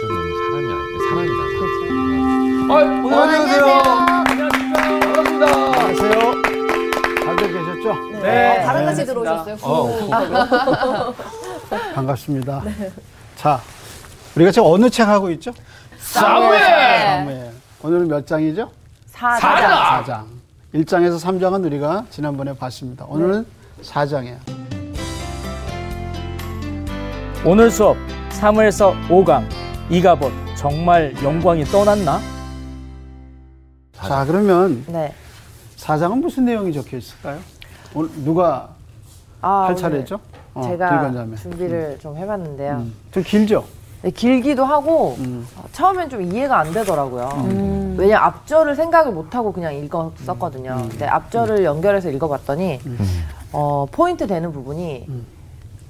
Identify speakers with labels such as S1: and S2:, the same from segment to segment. S1: 붙어는 사람이 아니 사람이다.
S2: 아, 오늘 안녕하세요. 반갑습니다.
S3: 안녕하세요. 잘들 계셨죠?
S2: 네.
S4: 아, 다른 가지 들어오셨어요.
S2: 어,
S3: 반갑습니다. 자, 우리가 지금 어느 책 하고 있죠?
S2: 사무엘
S3: 네. 오늘은 몇 장이죠?
S2: 사장.
S3: 4장. 1장에서 3장은 우리가 지난번에 봤습니다. 오늘은 4장이에요.
S5: 오늘 수업 사무엘서 5강 이가봇 정말 영광이 떠났나?
S3: 자, 그러면
S4: 네.
S3: 4장은 무슨 내용이 적혀 있을까요? 오늘 누가
S4: 아,
S3: 할
S4: 오늘
S3: 차례죠? 어,
S4: 제가
S3: 들관자매.
S4: 준비를
S3: 음.
S4: 좀 해봤는데요.
S3: 좀 길죠?
S4: 네, 길기도 하고
S3: 음.
S4: 어, 처음엔 좀 이해가 안 되더라고요. 왜냐 앞절을 생각을 못 하고 그냥 읽었었거든요. 근데 앞절을 연결해서 읽어봤더니 어, 포인트 되는 부분이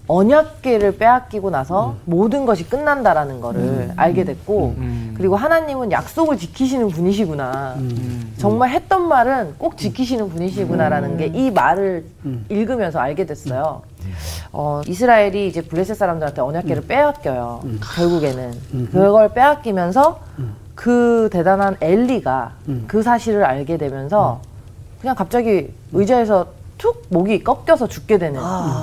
S4: 언약계를 빼앗기고 나서 모든 것이 끝난다라는 거를 알게 됐고 그리고 하나님은 약속을 지키시는 분이시구나. 정말 했던 말은 꼭 지키시는 분이시구나라는 게 이 말을 읽으면서 알게 됐어요. 어, 이스라엘이 이제 블레셋 사람들한테 언약계를 빼앗겨요. 결국에는 그걸 빼앗기면서 그 대단한 엘리가 그 사실을 알게 되면서 그냥 갑자기 의자에서 툭 목이 꺾여서 죽게 되는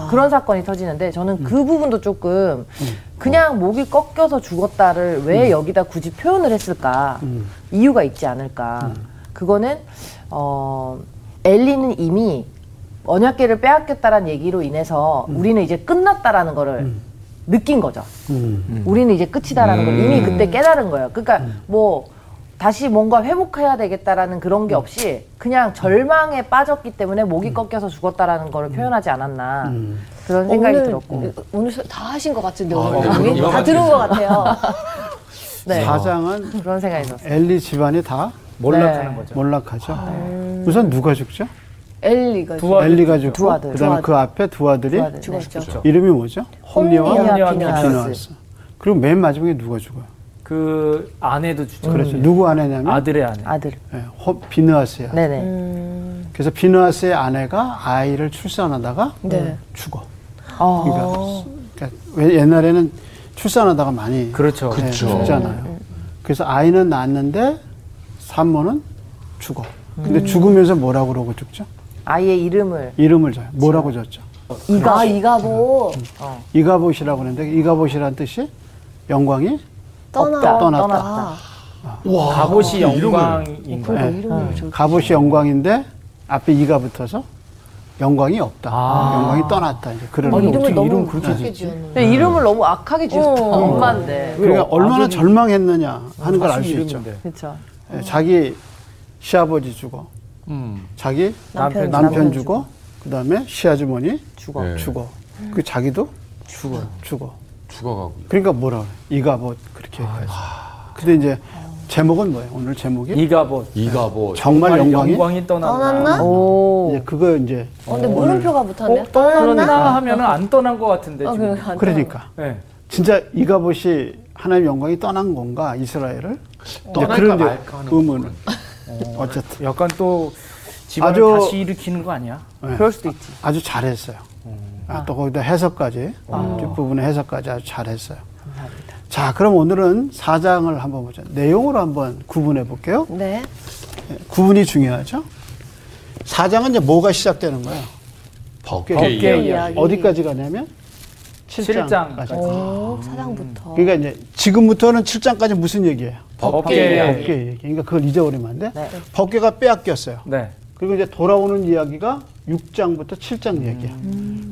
S4: 그런 사건이 터지는데 저는 그 부분도 조금 그냥 목이 꺾여서 죽었다를 왜 여기다 굳이 표현을 했을까 이유가 있지 않을까 그거는 어 엘리는 이미 언약계를 빼앗겼다라는 얘기로 인해서 우리는 이제 끝났다라는 거를 느낀 거죠.
S3: 음.
S4: 우리는 이제 끝이다라는 걸 이미 그때 깨달은 거예요. 그러니까 뭐 다시 뭔가 회복해야 되겠다라는 그런 게 없이 그냥 절망에 빠졌기 때문에 목이 꺾여서 죽었다라는 걸 표현하지 않았나 그런 생각이
S6: 오늘,
S4: 들었고
S6: 오늘 수- 다 하신 것 같은데
S2: 아,
S6: 오늘
S2: 네,
S6: 방송이?
S2: 이거
S6: 다 들은 것 같아요.
S4: 네
S3: 4장은
S4: 그런 생각이 들었어요.
S3: 엘리 집안이 다
S5: 몰락하는
S4: 네.
S5: 거죠.
S3: 몰락하죠. 우선 누가 죽죠?
S6: 엘리가
S5: 두 아들. 그렇죠.
S3: 엘리가 죽고,
S4: 두 아들.
S3: 그다음에
S6: 두
S3: 그 앞에 두 아들이
S4: 두 아들. 네, 그렇죠.
S6: 죽었죠.
S3: 이름이 뭐죠?
S5: 홈리와
S6: 홈리와
S5: 비나하스.
S3: 비나하스. 그리고 맨 마지막에 누가 죽어요?
S5: 그 아내도 주죠.
S3: 그렇죠. 누구 아내냐면
S5: 아들의 아내.
S4: 아들
S3: 예, 허- 비느하스야.
S4: 네네
S6: 음.
S3: 그래서 비느하스의 아내가 아이를 출산하다가
S6: 네.
S3: 죽어.
S4: 어,
S3: 그러니까, 그러니까 왜 옛날에는 출산하다가 많이
S5: 그렇죠.
S3: 예,
S1: 그쵸.
S4: 음,
S3: 죽잖아요. 그래서 아이는 낳았는데 산모는 죽어. 근데
S4: 음.
S3: 죽으면서 뭐라고 그러고 죽죠?
S4: 아이의 이름을
S3: 이름을 줘요. 뭐라고
S4: 그렇죠.
S3: 줬죠?
S6: 이가 아, 이가보
S4: 음. 어.
S3: 이가봇이라고 그러는데 이가봇이라는 뜻이 영광이
S6: 떠나
S3: 떠났다.
S6: 떠났다.
S5: 갑옷이 영광인가요?
S6: 그러니까 이름을 저
S3: 네. 갑옷이 영광인데 앞에 이가 붙어서 영광이 없다.
S5: 아.
S3: 영광이 떠났다. 이제 그런
S5: 아니,
S3: 거.
S5: 어떻게
S6: 이름을 너무
S5: 이름 그렇게
S6: 작게
S5: 짓지?
S6: 지었는데.
S4: 근데 네, 이름을 너무 악하게 지었다
S6: 어.
S4: 엄마인데
S3: 그러니까 얼마나
S5: 아들이
S3: 절망했느냐 하는 걸 알 수
S5: 가수
S3: 있죠.
S5: 이름인데.
S4: 그렇죠
S3: 예, 자기 시아버지 죽어,
S2: 음.
S3: 자기
S5: 남편,
S3: 남편,
S4: 남편
S3: 죽어, 그 다음에 시아주머니
S4: 죽어
S1: 네.
S3: 죽어. 그 자기도 죽어, 죽어.
S1: 죽어가고.
S3: 그러니까 뭐라 그래? 이가 뭐 그렇게. 아, 근데 이제 제목은 뭐예요? 오늘 제목이
S5: 이가봇
S1: 이가 뭐
S3: 정말 영광이.
S5: 영광이 떠났나?
S6: 떠났나?
S4: 오
S3: 이제 그거 이제
S6: 어, 근데 물음표가 붙었네.
S5: 어, 떠났나 하면은 안 떠난 것
S4: 어,
S5: 같은데
S6: 아,
S5: 지금.
S6: 그래, 안
S3: 그러니까
S5: 네.
S3: 진짜 이가봇이 하나님의 영광이 떠난 건가 이스라엘을?
S1: 떠날까
S3: 그런데
S1: 말까 하는
S3: 의문은 어쨌든
S5: 약간 또 집안을
S3: 아주-
S5: 다시 일으키는 거 아니야?
S3: 예,
S4: 그럴 수도 있지
S3: 아주 잘했어요. 아, 또 거기다 해석까지 뒷부분의 해석까지 아주 잘했어요. 자, 그럼 오늘은 사장을 한번 보자. 내용으로 한번 구분해 볼게요.
S6: 떠나? 네.
S3: 예, 구분이 중요하죠. 사장은 이제 뭐가 시작되는 거예요?
S1: 벗게
S5: 이야기.
S1: 이야기.
S6: 이야기.
S3: 어디까지 가냐면
S5: 칠장.
S3: 7장까지. 음.
S6: 오, 사장부터.
S3: 그러니까 이제 지금부터는 7장까지 무슨 얘기예요?
S5: 벗게
S1: 벗게
S5: 이야기.
S1: 이야기.
S3: 벗개 얘기. 그러니까 그걸 잊어버리면 안 돼.
S4: 네.
S3: 벗개가 빼앗겼어요.
S5: 네.
S3: 그리고 이제 돌아오는 이야기가 6장부터 7장 얘기야.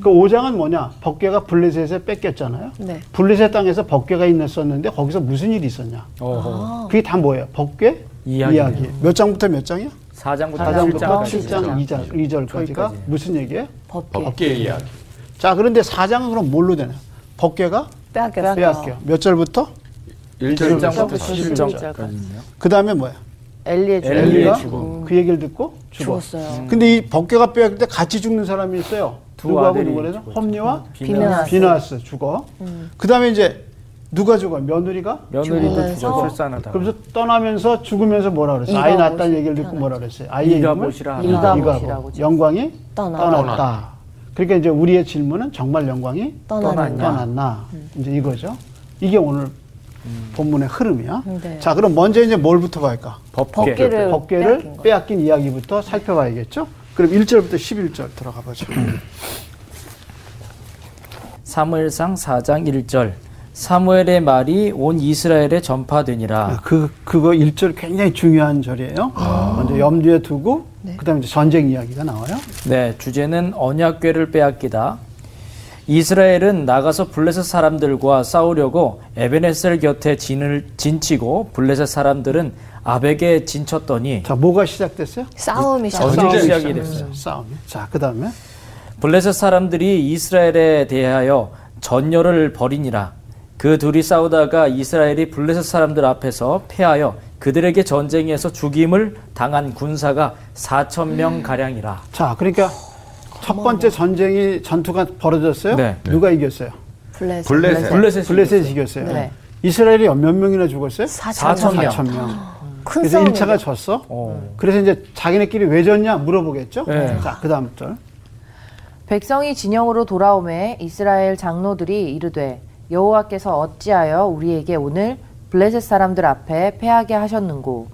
S3: 그 5장은 뭐냐? 벗개가 블레셋에 뺏겼잖아요.
S6: 네.
S3: 블레셋 땅에서 벗개가 있었는데 거기서 무슨 일이 있었냐?
S5: 어허.
S3: 그게 다 뭐예요? 벗개
S5: 이야기.
S3: 이야기. 몇 장부터 몇 장이야? 그러니까
S5: 4장부터
S3: 4장부터
S5: 7장까지.
S3: 7장 2장, 2절까지가 그러니까
S5: 저기까지.
S3: 무슨 얘기예요?
S6: 법계
S1: 벗게 이야기.
S3: 자, 그런데 4장은 그럼 뭘로 되나? 벗개가
S6: 빼앗겼어.
S3: 빼앗겨. 몇 절부터?
S5: 일절부터
S1: 1절부터
S5: 사실.
S4: 11절까지
S3: 그다음에 뭐야?
S4: 엘리의 죽음
S5: 엘리의
S3: 엘리가
S1: 죽음.
S3: 그 얘기를 듣고 죽어.
S6: 죽었어요.
S3: 근데 이 벗개가 빼앗길 때 같이 죽는 사람이 있어요.
S5: 두
S3: 누구하고
S5: 아들이
S3: 누구래서
S5: 죽었죠.
S3: 험리와
S4: 비나하스.
S3: 비나스 죽어. 그다음에 이제 누가 죽어? 며느리가.
S5: 며느리도
S6: 죽으면서
S5: 죽어 출산하다.
S3: 그러면서 떠나면서 죽으면서 뭐라 그랬어요? 아이
S6: 이가봇이
S3: 낳았다는 얘기를 듣고 뭐라 그랬어요? 아이의 이름을
S5: 이가봇이라 하나.
S4: 이가봇이라고
S3: 이가봇.
S4: 지었어요.
S3: 영광이
S6: 떠났다.
S3: 떠났다. 그러니까 이제 우리의 질문은 정말 영광이
S6: 떠나는
S5: 떠났냐?
S6: 음.
S3: 떠났나? 이제 이거죠. 이게 오늘
S5: 음.
S3: 본문의 흐름이야.
S6: 네.
S3: 자, 그럼 먼저 이제 뭘부터 갈까?
S5: 법계.
S6: 법계를
S3: 법계를
S6: 빼앗긴 거죠.
S3: 빼앗긴 이야기부터 살펴봐야겠죠? 그럼 1절부터 11절 들어가 보죠.
S5: 음. 사무엘상 4장 1절 사무엘의 말이 온 이스라엘에 전파되니라.
S3: 그, 그거 1절 굉장히 중요한 절이에요.
S5: 아.
S3: 먼저 염두에 두고,
S6: 네.
S3: 그 다음에 이제 전쟁 이야기가 나와요.
S5: 네, 주제는 언약궤를 빼앗기다. 이스라엘은 나가서 블레셋 사람들과 싸우려고 에베네셀 곁에 진을 진치고 블레셋 사람들은 아벡에 진쳤더니
S3: 자, 뭐가 시작됐어요?
S6: 싸움이 시작.
S5: 전쟁이
S1: 싸움이
S5: 시작이 됐어요.
S3: 싸움이. 자, 그 다음에.
S5: 블레셋 사람들이 이스라엘에 대하여 전열을 벌이니라. 그 둘이 싸우다가 이스라엘이 블레셋 사람들 앞에서 패하여 그들에게 전쟁에서 죽임을 당한 군사가 4천 명 가량이라.
S3: 자, 그러니까
S6: 어,
S3: 첫 번째 전쟁이, 전투가 벌어졌어요.
S5: 네.
S3: 누가 이겼어요?
S6: 블레셋.
S1: 블레셋.
S5: 블레셋이
S3: 블레셋이 이겼어요.
S4: 네.
S3: 이스라엘이 몇 명이나 죽었어요?
S5: 4,000 명.
S3: 4천 명.
S6: 큰
S3: 그래서
S6: 싸움.
S3: 1차가 졌어.
S5: 어.
S3: 그래서 이제 자기네끼리 왜 졌냐 물어보겠죠?
S5: 네.
S3: 자, 그 다음 절.
S4: 백성이 진영으로 돌아오매 이스라엘 장로들이 이르되 여호와께서 어찌하여 우리에게 오늘 블레셋 사람들 앞에 패하게 하셨는고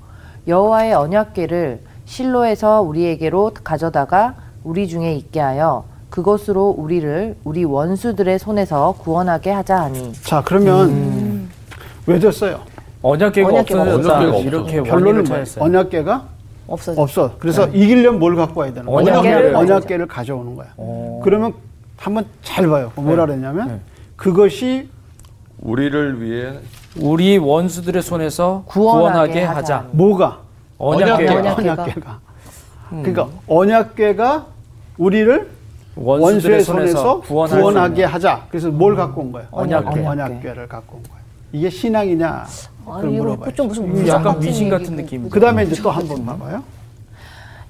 S4: 여호와의 언약궤를 실로에서 우리에게로 가져다가 우리 중에 있게 하여 그것으로 우리를 우리 원수들의 손에서 구원하게 하자 하니
S3: 자, 그러면 왜 졌어요?
S5: 언약궤가
S4: 언약궤가
S5: 없어졌다.
S1: 없어졌다.
S5: 이렇게 원인을
S3: 결론은
S5: 찾
S3: 뭐예요?
S5: 았어요 네.
S3: 언약계가
S6: 없어져.
S3: 없어. 그래서 이기려면 뭘 갖고 와야 되는 거야?
S5: 언약궤를 어.
S3: 언약계를 가져오는 거야. 그러면 한번 잘 봐요. 뭐라
S5: 네.
S3: 그랬냐면 그것이
S1: 우리를 위해
S5: 우리 원수들의 손에서
S4: 구원하게
S5: 구원하게,
S4: 하자.
S5: 하자.
S3: 뭐가?
S5: 언약궤
S1: 언약궤가.
S6: 언약궤가.
S3: 언약계가. 그러니까 언약계가 우리를
S5: 원수들의 손에서 구원할
S3: 구원하게
S5: 수
S3: 하자. 그래서 뭘 갖고 온 거야?
S5: 언약궤.
S3: 언약궤를 갖고 온 거야. 이게 신앙이냐?
S6: 아,
S3: 그걸
S6: 이거
S3: 물어봐요.
S6: 좀 무슨
S5: 있는.
S6: 무장
S5: 약간
S6: 같은
S5: 위신
S6: 얘기고.
S5: 같은 느낌.
S3: 그 다음에 이제 또 한 번 봐봐요.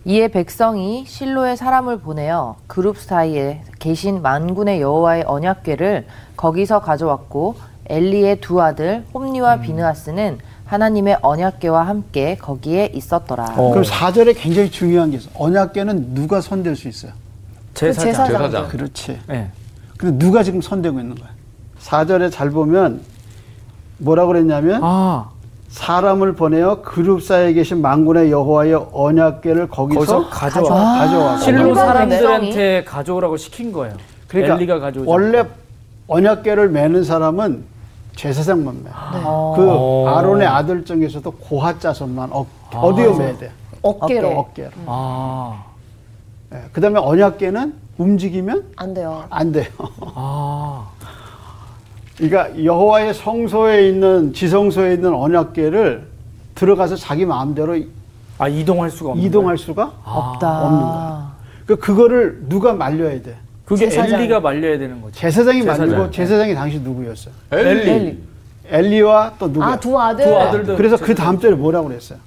S4: 이에 백성이 실로에 사람을 보내어 그룹 사이에 계신 만군의 여호와의 언약궤를 거기서 가져왔고 엘리의 두 아들 홈니와
S3: 음.
S4: 비느아스는 하나님의 언약궤와 함께 거기에 있었더라.
S5: 어.
S3: 그럼 4절에 굉장히 중요한 게 있어. 언약궤는 누가 손댈 수 있어요?
S5: 제사장.
S6: 제사장.
S1: 제사장.
S3: 그렇지.
S5: 네.
S3: 근데 누가 지금 손대고 있는 거야? 4절에 잘 보면 뭐라고 그랬냐면
S5: 아,
S3: 사람을 보내어 그룹 사이에 계신 만군의 여호와의 언약궤를 거기서
S5: 거기서 가져와. 아.
S3: 가져와.
S5: 실로
S4: 일반
S5: 사람들한테 가져오라고 시킨 거예요.
S3: 그러니까
S5: 엘리가 가져오자.
S3: 원래 언약궤를 매는 사람은 제사장만 매.
S6: 네.
S4: 어.
S3: 그
S5: 오.
S3: 아론의 아들 중에서도 고하 자손만 어, 어디에 매야 돼?
S6: 어깨로.
S3: 어깨로.
S5: 아,
S3: 예, 그다음에 언약궤는 움직이면
S6: 안 돼요.
S3: 안 돼요.
S5: 아,
S3: 그러니까 여호와의 성소에 있는 지성소에 있는 언약궤를 들어가서 자기 마음대로
S5: 아 이동할 수가 없는.
S3: 이동할 수가
S4: 없다.
S3: 없는 거야.
S6: 아.
S3: 그 그거를 누가 말려야 돼.
S5: 거예요. 그게
S6: 제사장.
S5: 엘리가 말려야 되는 거죠.
S3: 제사장이
S5: 제사장.
S3: 말리고 제사장이 당시 누구였어요?
S1: 엘리.
S3: 엘리와 또 누구?
S6: 아, 두 아들.
S5: 두 아들.
S3: 그래서 그 다음 절에 뭐라고 그랬어요?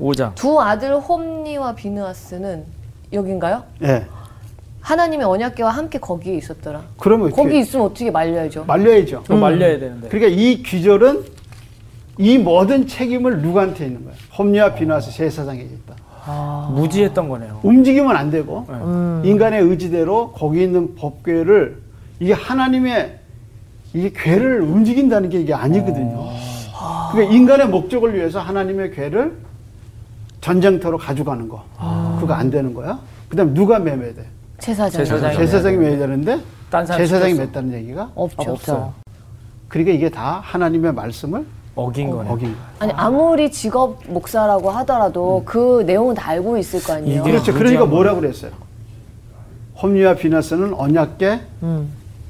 S5: 오장.
S6: 두 아들 홈니와 비느아스는 여긴가요?
S3: 예.
S6: 하나님의 언약궤와 함께 거기에 있었더라.
S3: 그러면 어떻게
S6: 거기 있으면 어떻게 말려야죠?
S3: 말려야죠.
S5: 그거 음. 말려야 되는데.
S3: 그러니까 이 귀절은 이 모든 책임을 누구한테 있는 거예요? 홈리와 비나스 제사장에게 있다.
S5: 무지했던 거네요.
S3: 움직이면 안 되고 인간의 의지대로 거기 있는 법궤를 이게 하나님의 이게 궤를 움직인다는 게 이게 아니거든요. 그러니까 인간의 목적을 위해서 하나님의 궤를 전쟁터로 가져가는 거 그거 안 되는 거야. 그다음 누가 매매야 돼?
S6: 제사장.
S5: 제사장.
S3: 제사장이 매야 되는데
S5: 딴 사람
S3: 제사장이
S5: 시켰어.
S3: 맸다는 얘기가 아,
S6: 아, 없죠.
S5: 없어요.
S3: 그러니까 이게 다 하나님의 말씀을
S5: 어긴 거네.
S3: 어긴 거야.
S6: 아니 아무리 직업 목사라고 하더라도 그 내용은 다 알고 있을 거 아니에요.
S5: 이게-
S3: 그렇죠. 그러니까
S5: 무지한
S3: 뭐라고 그랬어요? 홈리와 비나스는 언약계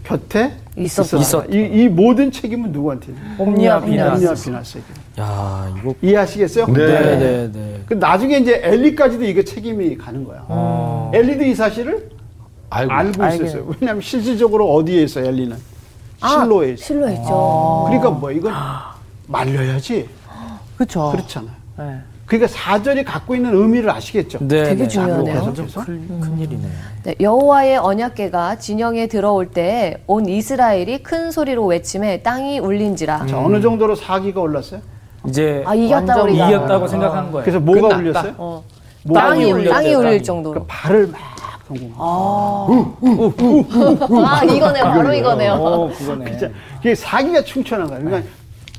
S3: 곁에
S6: 있었다.
S3: 있었다. 이, 이 모든 책임은 누구한테?
S5: 홈리와
S3: 홈리와
S5: 비나스.
S3: 비나스에게.
S5: 야, 이거.
S3: 이해하시겠어요?
S1: 네.
S5: 네, 네.
S3: 그 나중에 이제 엘리까지도 이거 책임이 가는 거야. 엘리도 이 사실을
S1: 알고.
S3: 알고 있었어요. 왜냐하면 실질적으로 어디에 있어 엘리는?
S6: 아,
S3: 실로에 있어.
S6: 실로 있죠.
S3: 그러니까 뭐 이건 말려야지.
S4: 그렇죠.
S3: 그렇잖아요.
S4: 네.
S3: 그러니까 사절이 갖고 있는 의미를 아시겠죠?
S5: 네,
S6: 되게
S5: 네.
S6: 중요하네요.
S5: 아, 완전 큰, 큰일이네.
S6: 네, 여호와의 언약궤가 진영에 들어올 때에 온 이스라엘이 큰 소리로 외침에 땅이 울린지라.
S3: 자
S5: 음.
S3: 어느 정도로 사기가 올랐어요?
S5: 네. 이제
S6: 아 이겼다
S4: 완전
S6: 우리가.
S5: 이겼다고 생각한 거예요.
S3: 그래서 뭐가 울렸어요?
S6: 어.
S3: 뭐가
S6: 땅이
S5: 땅이
S6: 울릴
S5: 울렸대요, 땅이.
S6: 정도로.
S3: 발을 막 성공합니다.
S6: 아 이거네요. 바로 이거네요.
S5: 오, 그거네. 네.
S3: 진짜 이게 사기가 충천한 거야. 그러니까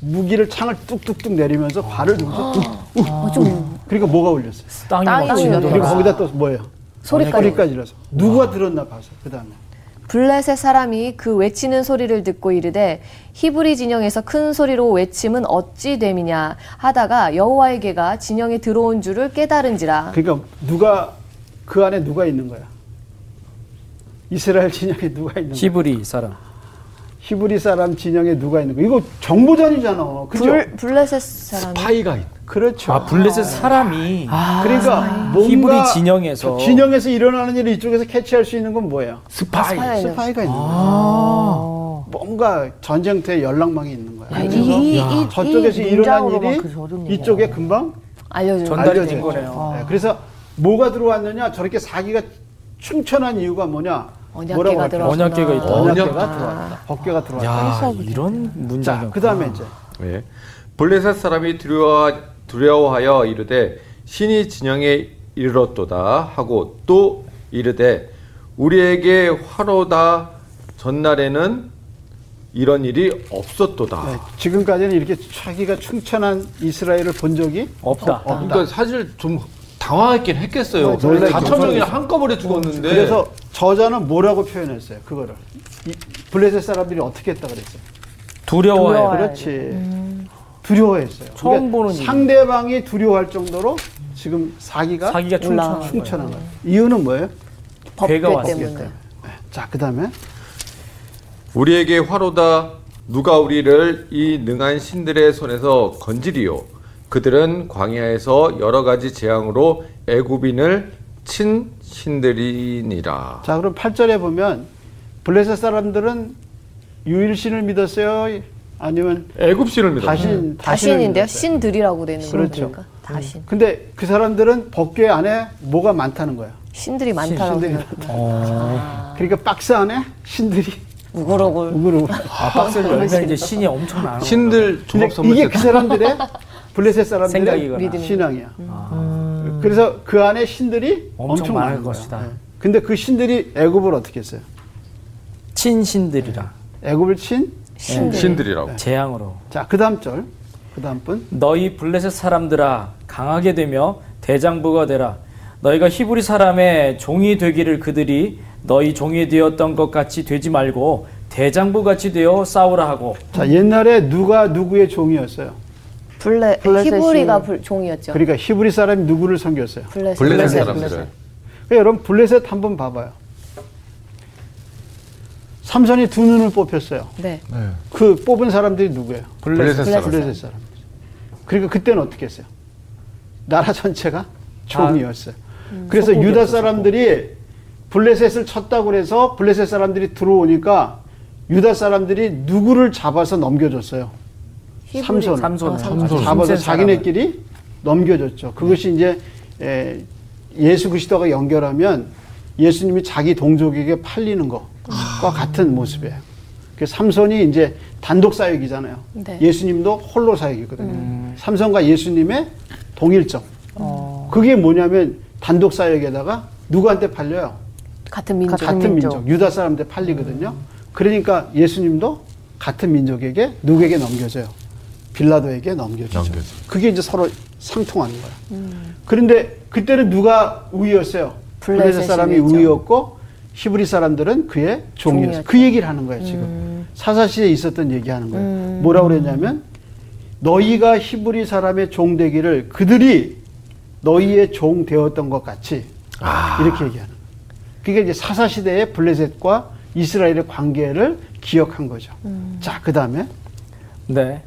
S3: 무기를 창을 뚝뚝뚝 내리면서 발을 누르면서
S6: 아.
S3: 우, 우, 우. 그러니까 뭐가 울렸어요.
S5: 땅이
S4: 땅이
S5: 막 치는
S4: 울려요.
S3: 그리고
S4: 아.
S3: 거기다 또 뭐예요?
S6: 어, 소리까지.
S3: 소리까지라서
S5: 아.
S3: 누가 들었나 봐서 그 다음에
S6: 블레셋 사람이 그 외치는 소리를 듣고 이르되 히브리 진영에서 큰 소리로 외침은 어찌 됨이냐 하다가 여호와에게가 진영에 들어온 줄을 깨달은지라
S3: 그러니까 누가 그 안에 누가 있는 거야? 이스라엘 진영에 누가 있는 거야?
S5: 히브리 사람.
S3: 히브리 사람 진영에 누가 있는 거야? 이거 정보전이잖아. 그죠?
S6: 불, 블레셋 사람이
S1: 파이가 있는.
S3: 그렇죠.
S5: 아 블레셋 사람이
S6: 아,
S3: 그러니까 뭔가
S5: 히브리 진영에서.
S3: 저 진영에서 일어나는 일을 이쪽에서 캐치할 수 있는 건 뭐예요?
S1: 스파이.
S6: 스파이. 있는
S3: 스파이가
S5: 아.
S3: 있는 거야. 뭔가 전쟁터에 연락망이 있는 거야.
S4: 이- 이- 이-
S3: 저쪽에서
S4: 이
S3: 일어난
S4: 문장으로만
S3: 일이
S4: 그 저런 얘기야.
S3: 이쪽에 금방
S6: 알려준
S5: 전- 전달이
S3: 알려져
S5: 된 거네요.
S3: 네, 그래서 뭐가 들어왔느냐? 저렇게 사기가 충천한 이유가 뭐냐? 뭐라고
S6: 언약계가
S3: 할까요?
S6: 들어왔구나.
S5: 언약궤가 있다.
S3: 언약계가 들어왔다. 법계가 들어왔다.
S5: 야 이런 문장.
S3: 자, 그다음에 이제
S1: 예. 블레셋 사람이 두려워, 두려워하여 이르되 신이 진영에 이르렀도다 하고 또 이르되 우리에게 화로다 전날에는 이런 일이 없었도다.
S3: 네, 지금까지는 이렇게 사기가 충천한 이스라엘을 본 적이
S5: 없다.
S1: 어, 그러니까 사실 좀 당황했긴 했겠어요.
S3: 네, 놀라긴
S1: 4천 명이 한꺼번에 죽었는데.
S3: 그래서 저자는 뭐라고 표현했어요? 그거를 이 블레셋 사람들이 어떻게 했다 그랬어요? 네,
S5: 두려워해.
S4: 두려워해.
S3: 그렇지. 두려워했어요. 그러니까
S5: 처음 보는 일이에요.
S3: 상대방이 두려워할 정도로 지금 사기가
S5: 사기가 충천한
S3: 충천한 거예요. 이유는 뭐예요? 네.
S6: 법궤
S5: 괴가 왔을
S6: 때문에
S3: 자, 그다음에
S1: 우리에게 화로다 누가 우리를 이 능한 신들의 손에서 건지리요 그들은 광야에서 여러 가지 재앙으로 애굽인을 친 신들이니라
S3: 자, 그럼 8절에 보면 블레셋 사람들은 유일신을 믿었어요? 아니면
S1: 애굽신을 믿어
S3: 다신 다신을
S6: 음. 다신인데요.
S3: 믿었어요?
S6: 신들이라고 되는 거죠.
S3: 그렇죠.
S6: 그러니까 다신.
S3: 근데 그 사람들은 법궤 안에 뭐가 많다는 거야.
S6: 신들이 많다라고.
S3: 신들이
S6: 생각해요.
S3: 그러니까 박스 안에 신들이
S6: 우글우글.
S3: 우그르고.
S5: 아 박스를 열면 이제 신이 엄청 많아.
S1: 신들 종합
S3: 근데 이게
S1: 선물
S3: 그 사람들의 블레셋 사람들의
S5: 생각이거나.
S6: 믿음이구나. 음.
S3: 신앙이야. 그래서 그 안에 신들이
S5: 아. 엄청
S3: 엄청,
S5: 많을
S3: 많은 거야.
S5: 것이다.
S3: 예. 근데 그 신들이 애굽을 어떻게 했어요?
S5: 친신들이라
S3: 애굽을 친?
S5: 네.
S1: 신들이라고
S5: 재앙으로.
S3: 자, 그 다음 절. 그 다음 분.
S5: 너희 블레셋 사람들아 강하게 되며 대장부가 되라 너희가 히브리 사람의 종이 되기를 그들이 너희 종이 되었던 것 같이 되지 말고 대장부 같이 되어 싸우라 하고
S3: 자,
S6: 음.
S3: 옛날에 누가 누구의 종이었어요?
S6: 블레
S4: 블레셋이-
S6: 히브리가 불- 종이었죠.
S3: 그러니까 히브리 사람이 누구를 섬겼어요?
S6: 블레셋.
S1: 블레셋
S3: 블레셋,
S1: 사람들을
S3: 그러니까 여러분 블레셋 한번 봐봐요. 삼손이 두 눈을 뽑혔어요.
S6: 네.
S3: 그 뽑은 사람들이 누구예요?
S1: 블레셋 사람
S3: 블레셋 사람들. 그러니까 그때는 어떻게 했어요? 나라 전체가 종이었어요. 그래서 유다 사람들이 블레셋을 쳤다고 해서 블레셋 사람들이 들어오니까 유다 사람들이 누구를 잡아서 넘겨줬어요? 삼손을.
S5: 삼손을.
S3: 삼손을.
S5: 삼손을.
S3: 잡아서
S5: 힘센
S3: 자기네끼리 넘겨줬죠. 그것이 이제 에, 예수 그리스도가 연결하면 예수님이 자기 동족에게 팔리는 것과 같은 모습이에요. 그 삼손이 이제 단독 사역이잖아요.
S6: 네.
S3: 예수님도 홀로 사역이거든요. 삼손과 예수님의 동일점. 그게 뭐냐면 단독 사역에다가 누구한테 팔려요?
S6: 같은 민족.
S3: 같은 민족. 유다 사람한테 팔리거든요. 그러니까 예수님도 같은 민족에게 누구에게 넘겨져요? 빌라도에게 넘겨지죠.
S1: 넘겨져요.
S3: 그게 이제 서로 상통하는 거야. 그런데 그때는 누가 우위였어요?
S6: 음. 블레셋이
S3: 블레셋 사람이
S6: 우위였죠.
S3: 우위였고 히브리 사람들은 그의 종이었어요.
S6: 종이었죠.
S3: 그 얘기를 하는 거예요, 지금. 사사시에 있었던 얘기하는 거예요. 뭐라고 그랬냐면 너희가 히브리 사람의 종 되기를 그들이 너희의 종 되었던 것 같이 이렇게 얘기하는 거예요. 그게 이제 사사 시대의 블레셋과 이스라엘의 관계를 기억한 거죠. 자, 그 다음에
S5: 네.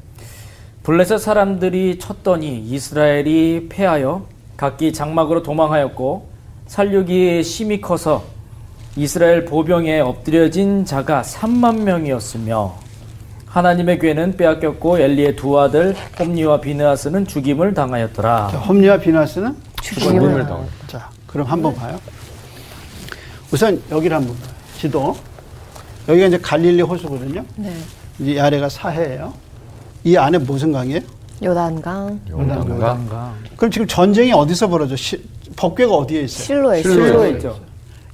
S5: 블레셋 사람들이 쳤더니 이스라엘이 패하여 각기 장막으로 도망하였고 살육이 심히 커서 이스라엘 보병에 엎드려진 자가 3만 명이었으며 하나님의 괴는 빼앗겼고 엘리의 두 아들 홈니와 비느하스는 죽임을 당하였더라.
S3: 험리와 비나스는
S1: 죽임을 당한
S3: 자, 그럼 한번 봐요. 우선 여기를 한번 봐요. 지도. 여기가 이제 갈릴리 호수거든요.
S6: 네.
S3: 이 아래가 사해예요. 이 안에 무슨 강이에요?
S6: 요단강.
S1: 용단가
S3: 그럼 지금 전쟁이 어디서 벌어져? 시, 법궤가 어디에 있어요?
S6: 실로에
S1: 실로에
S6: 실로.
S5: 있죠.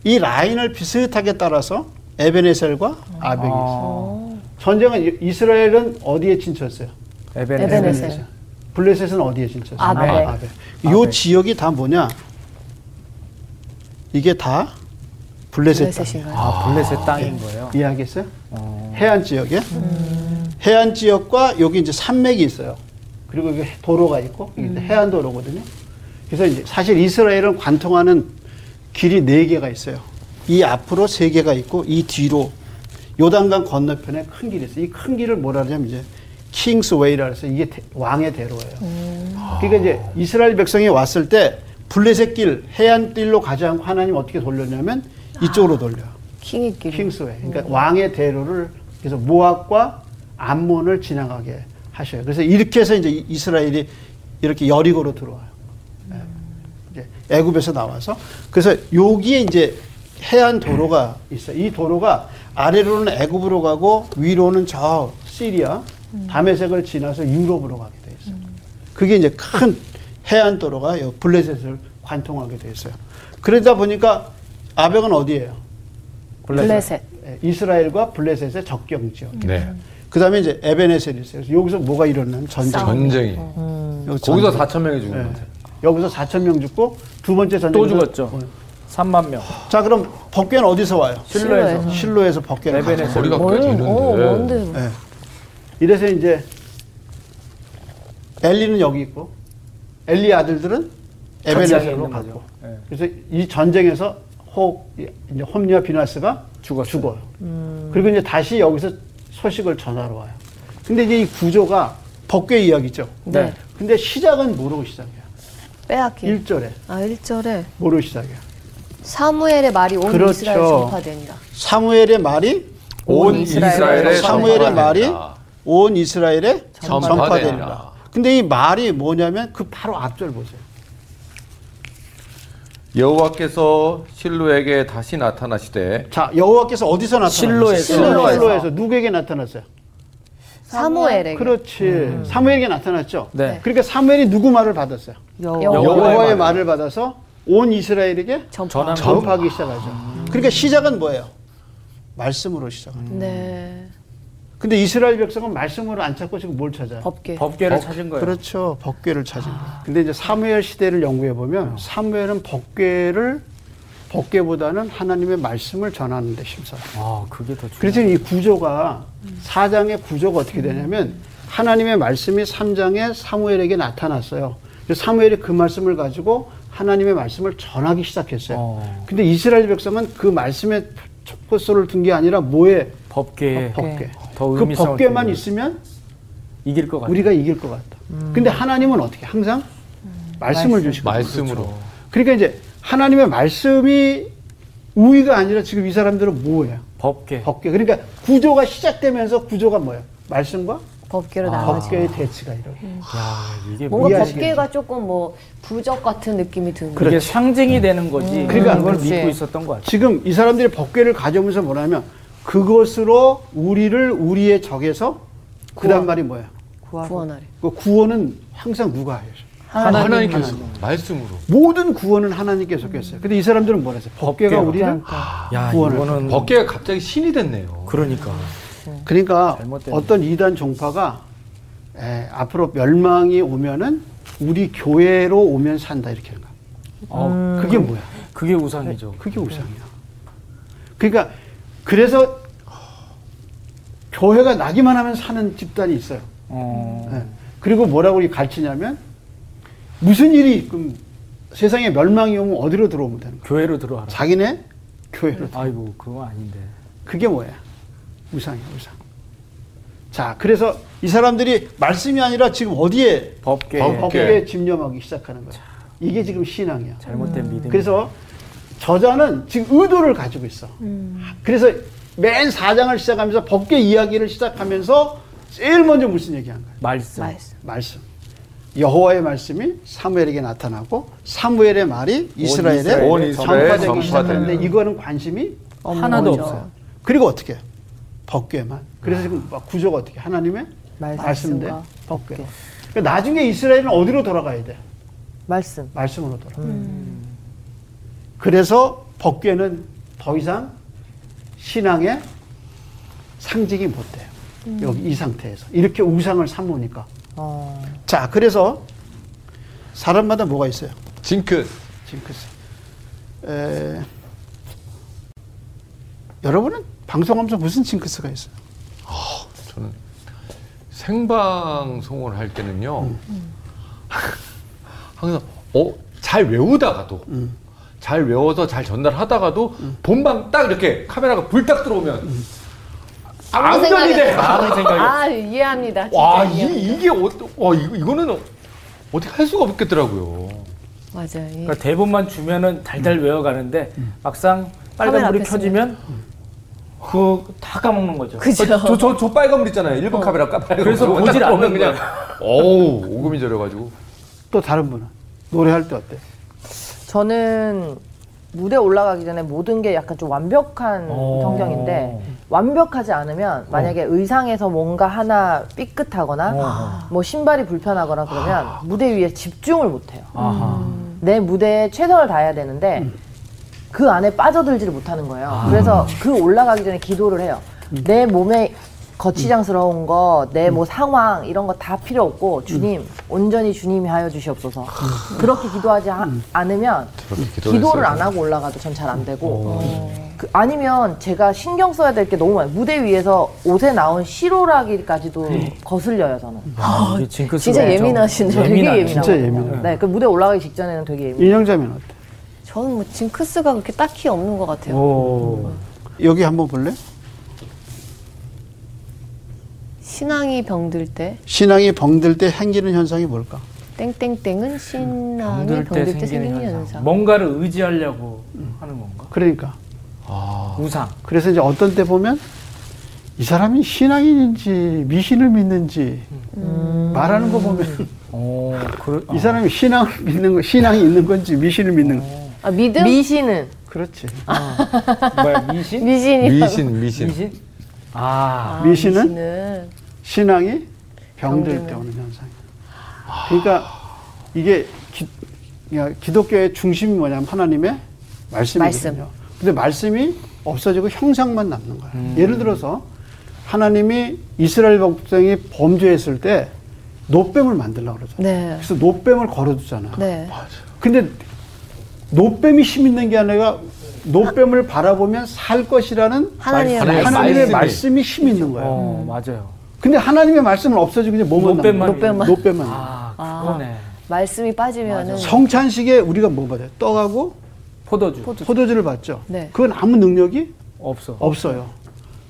S3: 이 라인을 비슷하게 따라서 에베네셀과 아벡이 있어요. 전쟁은 이- 이스라엘은 어디에 친쳤어요?
S4: 에베네셀.
S6: 에베네셀.
S3: 블레셋은 어디에 진짜?
S6: 아벨.
S3: 요 지역이 다 뭐냐? 이게 다 블레셋 땅.
S6: 블레셋인가요?
S5: 아, 블레셋 땅인
S3: 네.
S5: 거예요. 음.
S3: 이해하겠어요? 해안 지역에 해안 지역과 여기 이제 산맥이 있어요. 그리고 여기 도로가 있고 이게
S5: 음.
S3: 해안 도로거든요. 그래서 이제 사실 이스라엘은 관통하는 길이 네 개가 있어요. 이 앞으로 세 개가 있고 이 뒤로 요단강 건너편에 큰 길이 있어요. 이 큰 길을 뭐라 하냐면 이제 킹스웨이라 해서 이게 대- 왕의 대로예요.
S5: 음.
S3: 그러니까 이제 이스라엘 백성이 왔을 때 블레셋 길, 해안 길로 가지 않고 하나님 어떻게 돌렸냐면 이쪽으로 돌려요.
S6: 킹의 길.
S3: 킹스웨이. 그러니까 왕의 대로를 그래서 모압과 암몬을 지나가게 하셔요. 그래서 이렇게 해서 이제 이- 이스라엘이 이렇게 여리고로 들어와요. 예. 이제 애굽에서 나와서 그래서 여기에 이제 해안 도로가 있어요. 이 도로가 아래로는 애굽으로 가고 위로는 저 시리아 다메색을 지나서 유럽으로 가게 돼 있어요. 그게 이제 큰 해안 도로가 요 블레셋을 관통하게 돼 있어요. 그러다 보니까 아벡은 어디예요?
S6: 블레셋.
S3: 예, 이스라엘과 블레셋의 접경 지역.
S5: 음.
S1: 네.
S3: 그 다음에 이제 에베네셀이 있어요. 그래서 여기서 뭐가 일어나는 전쟁.
S1: 전쟁이. 어.
S3: 여기서
S1: 거기서
S3: 전쟁.
S1: 4천 명이 죽은
S3: 예.
S1: 거죠.
S3: 여기서 4천 명 죽고 두 번째 전쟁.
S5: 또 죽었죠. 3만 명.
S3: 자 그럼 법궤는 어디서 와요?
S5: 실로에서.
S3: 아, 실로에서 법궤를
S5: 에베네셀.
S3: 가져와요.
S1: 거리가 꽤
S4: 뭘, 어,
S1: 되는데.
S4: 뭔데.
S3: 예. 이래서 이제 엘리는 여기 있고 엘리 아들들은
S5: 전장에
S3: 에베네셀로
S5: 있는
S3: 갔고.
S5: 거죠. 예.
S3: 그래서 이 전쟁에서 혹 이제 홈리와 비나스가
S5: 죽었어요.
S3: 죽어요.
S1: 음.
S3: 그리고 이제 다시 여기서 소식을 전하러 와요. 근데 이제 이 구조가 법궤 이야기죠.
S5: 네.
S3: 근데 시작은 뭐로 시작해요?
S6: 빼앗기.
S3: 일절에
S6: 아, 1절에
S3: 뭐로 시작해요?
S6: 사무엘의 말이 온
S3: 그렇죠.
S6: 이스라엘 전파되니라.
S3: 사무엘의 말이
S1: 온 이스라엘의
S3: 사무엘의 말이
S1: 전파되리라.
S3: 온 이스라엘의
S1: 전파되리라.
S3: 전파되리라. 근데 이 말이 뭐냐면 그 바로 앞절 보세요.
S1: 여호와께서 실로에게 다시 나타나시되
S3: 자, 여호와께서 어디서 나타났어요?
S5: 실로에서.
S3: 실로에서.
S5: 실로에서.
S3: 누구에게 나타났어요?
S6: 사무엘에게.
S3: 그렇지. 사무엘에게 나타났죠.
S5: 음. 네.
S3: 그러니까 사무엘이 누구 말을 받았어요?
S6: 여호와.
S5: 여호와의
S3: 여호와의
S5: 말을.
S3: 말을 받아서 온 이스라엘에게
S5: 전함.
S3: 전파하기 시작하죠. 그러니까 시작은 뭐예요? 말씀으로 시작하는. 거예요.
S6: 네.
S3: 근데 이스라엘 백성은 말씀으로 안 찾고 지금 뭘 찾아요?
S6: 법계.
S5: 법계를 찾은 거예요.
S3: 그렇죠. 법궤를 찾은
S5: 아.
S3: 거예요. 근데 이제 사무엘 시대를 연구해
S5: 음.
S3: 보면 사무엘은 법궤를 법궤보다는 하나님의 말씀을 전하는 데 심사해요.
S5: 아, 그게 더 중요.
S3: 그래서 이 구조가 사장의 구조가 어떻게 되냐면 하나님의 말씀이 3장에 사무엘에게 나타났어요. 그래서 사무엘이 그 말씀을 가지고 하나님의 말씀을 전하기 시작했어요.
S5: 어.
S3: 근데 이스라엘 백성은 그 말씀에 포커스를 둔 게 아니라 뭐에
S5: 법계에
S3: 법궤.
S5: 네. 더
S3: 그
S5: 의미성을
S3: 법궤만
S5: 띄우는.
S3: 있으면
S5: 이길 것 같아요. 음.
S3: 우리가 이길 것 같다. 근데 하나님은 어떻게 항상 음. 말씀을 주시고
S1: 말씀으로.
S3: 그러니까 이제 하나님의 말씀이 우위가 아니라 지금 이 사람들은 뭐예요?
S5: 법계.
S3: 법궤. 그러니까 구조가 시작되면서 구조가 뭐예요? 말씀과 아.
S6: 법계로
S5: 아.
S6: 나눠지.
S3: 법궤의 대치가 이렇게.
S5: 야, 이게 뭐
S6: 뭔가
S3: 이해하시겠죠.
S6: 법계가 조금 뭐 부적 같은 느낌이 드는.
S5: 이게 상징이 되는 거지.
S3: 그러니까
S5: 음. 그걸
S3: 그렇지.
S5: 믿고 있었던 거 같아요.
S3: 지금 이 사람들이 법궤를 가져오면서 뭐냐면 그것으로 우리를 우리의 적에서 그다음 말이 뭐예요?
S6: 구원하래.
S3: 그 구원은 항상 누가 하요?
S1: 하나님께서 그 말씀으로.
S3: 모든 구원은 하나님께서 했어요. 근데 이 사람들은 뭐라 했어요? 법궤가
S5: 법궤가
S3: 우리를
S5: 야,
S3: 구원을.
S5: 이거는
S1: 벗개가 갑자기 신이 됐네요.
S5: 그러니까.
S3: 그러니까
S5: 잘못된-
S3: 어떤 이단 종파가 에, 앞으로 멸망이 오면은 우리 교회로 오면 산다 이렇게 하는 거야.
S5: 어,
S3: 그게 뭐야?
S5: 그게 네. 우상이죠.
S3: 그게 우상이야. 그러니까 그래서 교회가 나기만 하면 사는 집단이 있어요.
S5: 어.
S3: 예. 그리고 뭐라고 이 가르치냐면 무슨 일이 있금 세상에 멸망이 오면 어디로 들어오면 되는 거야.
S5: 교회로 들어와라.
S3: 자기네 교회로.
S5: 아이고, 그건 아닌데.
S3: 그게 뭐야? 우상이야, 우상. 자, 그래서 이 사람들이 말씀이 아니라 지금 어디에
S5: 법계.
S1: 법-
S3: 법에 집념하기 시작하는 거야. 이게 지금 신앙이야.
S5: 잘못된 믿음.
S3: 그래서 저자는 지금 의도를 가지고 있어.
S5: 음.
S3: 그래서 맨 4장을 시작하면서 법계 이야기를 시작하면서 제일 먼저 무슨 얘기한 거야?
S5: 말씀.
S6: 말씀.
S3: 말씀. 여호와의 말씀이 사무엘에게 나타나고 사무엘의 말이
S5: 이스라엘에
S1: 온
S3: 이스라엘에
S1: 이스라엘에
S3: 전파되기 시작하는데
S1: 전파되는.
S3: 이거는 관심이
S6: 없는
S5: 하나도
S6: 거죠.
S5: 뭐 없어요.
S3: 그리고 어떻게 해요? 법궤만. 그래서 지금 막 구조가 어떻게? 하나님의
S4: 말씀과
S3: 말씀대 법궤. 그러니까 나중에 이스라엘은 어디로 돌아가야 돼?
S4: 말씀.
S3: 말씀으로 돌아. 그래서 법궤는 더 이상 신앙의 상징이 못 돼요. 여기 이 상태에서 이렇게 우상을 삼으니까.
S4: 어.
S3: 자, 그래서 사람마다 뭐가 있어요?
S1: 징크.
S3: 징크스. 에, 여러분은 방송하면서 무슨 징크스가 있어요?
S1: 저는 생방송을 할 때는요
S5: 음.
S1: 항상 어 잘 외우다가도
S5: 음.
S1: 잘 외워서 잘 전달하다가도 본방 딱 이렇게 카메라가 불딱 들어오면
S5: 음.
S6: 아무
S1: 안전이 돼.
S6: 생각이
S5: 아무 생각이
S6: 아 이해합니다. 진짜
S1: 와 이,
S6: 이해합니다.
S1: 이게 어, 와 이거, 이거는 어- 어떻게 할 수가 없겠더라고요
S6: 맞아요. 예.
S5: 그러니까 대본만 주면은 달달 외워가는데 막상
S6: 카메라
S5: 음. 빨간불이
S6: 앞에
S5: 켜지면 그거 다 까먹는 거죠.
S6: 그죠.
S1: 저, 저, 저 빨간불 있잖아요
S6: 어.
S1: 일본 카메라 까빨간
S5: 그래서
S1: 불
S5: 보질
S1: 딱
S5: 않는
S1: 보면 어우 오금이 저려가지고
S3: 또 다른 분은 노래할 때 어때?
S4: 저는 무대 올라가기 전에 모든 게 약간 좀 완벽한
S5: 어.
S4: 성격인데 완벽하지 않으면 만약에 의상에서 뭔가 하나 삐끗하거나
S5: 어.
S4: 뭐 신발이 불편하거나 그러면
S5: 아.
S4: 무대 위에 집중을 못해요.
S5: 아하.
S4: 내 무대에 최선을 다해야 되는데 그 안에 빠져들지를 못하는 거예요. 그래서 그 올라가기 전에 기도를 해요. 내 몸에 거치장스러운 거, 내 뭐 상황 이런 거 다 필요 없고 주님 온전히 주님이 하여 주시옵소서. 그렇게 기도하지 하- 않으면
S1: 그렇게 기도를
S4: 기도를
S1: 했어요.
S4: 안 하고 올라가도 전 잘 안 되고 그- 아니면 제가 신경 써야 될 게 너무 많아요. 무대 위에서 옷에 나온 시로라기까지도 거슬려요 저는.
S5: 아, 징크스
S6: 진짜 예민하시네요. 되게
S4: 되게 예민하고.
S3: 진짜 예민해요.
S4: 네, 그 무대 올라가기 직전에는 되게 예민.
S3: 인형자면 어때?
S6: 저는 뭐 징크스가 그렇게 딱히 없는 것 같아요.
S5: 뭐. 오.
S3: 여기 한번 볼래?
S6: 신앙이 병들 때
S3: 신앙이 병들 때 생기는 현상이 뭘까?
S6: 땡땡땡은 신앙이
S5: 병들 때
S6: 아, 병들 때
S5: 생기는
S6: 생기는
S5: 현상.
S6: 현상.
S5: 뭔가를 의지하려고 하는 건가?
S3: 그러니까
S5: 우상.
S3: 그래서 이제 어떤 때 보면 이 사람이 신앙인인지 미신을 믿는지 말하는 거 보면
S5: 음. 오, 그,
S3: 이 사람이 신앙을 믿는 거, 신앙이 있는 건지 미신을 믿는 거.
S6: 아 믿음?
S4: 미신은
S3: 그렇지.
S5: 뭐야, 미신?
S6: 미신이
S1: 미신 미신
S5: 미신? 아,
S6: 아,
S3: 미신은?
S4: 네.
S6: 미신은
S3: 신앙이 병들 때
S6: 병들면.
S3: 오는 현상이야. 그러니까 이게 기, 그러니까 기독교의 중심이 뭐냐면 하나님의 말씀이거든요.
S6: 말씀.
S3: 근데 말씀이 없어지고 형상만 남는 거야.
S1: 음.
S3: 예를 들어서 하나님이 이스라엘 백성이 범죄했을 때 노뱀을 만들려고 그러잖아.
S6: 네.
S3: 그래서 노뱀을 걸어두잖아.
S6: 네.
S3: 근데 노뱀이 힘 있는 게 아니라 노뱀을 바라보면 살 것이라는
S6: 하나님의
S1: 말씀.
S3: 하나님의
S1: 네, 말씀이.
S3: 말씀이 힘 있는 거야.
S5: 어, 맞아요.
S3: 근데 하나님의 말씀은 없어지고 이제 몸은
S5: 노뱀만
S3: 남는 거예요.
S6: 위로.
S3: 노뱀만.
S5: 아,
S6: 아.
S5: 그거네.
S6: 말씀이 빠지면은
S3: 성찬식에 우리가 뭐 받아요? 떡하고
S5: 포도주.
S3: 포도주를 받죠.
S6: 네.
S3: 그건 아무 능력이
S5: 없어.
S3: 없어요.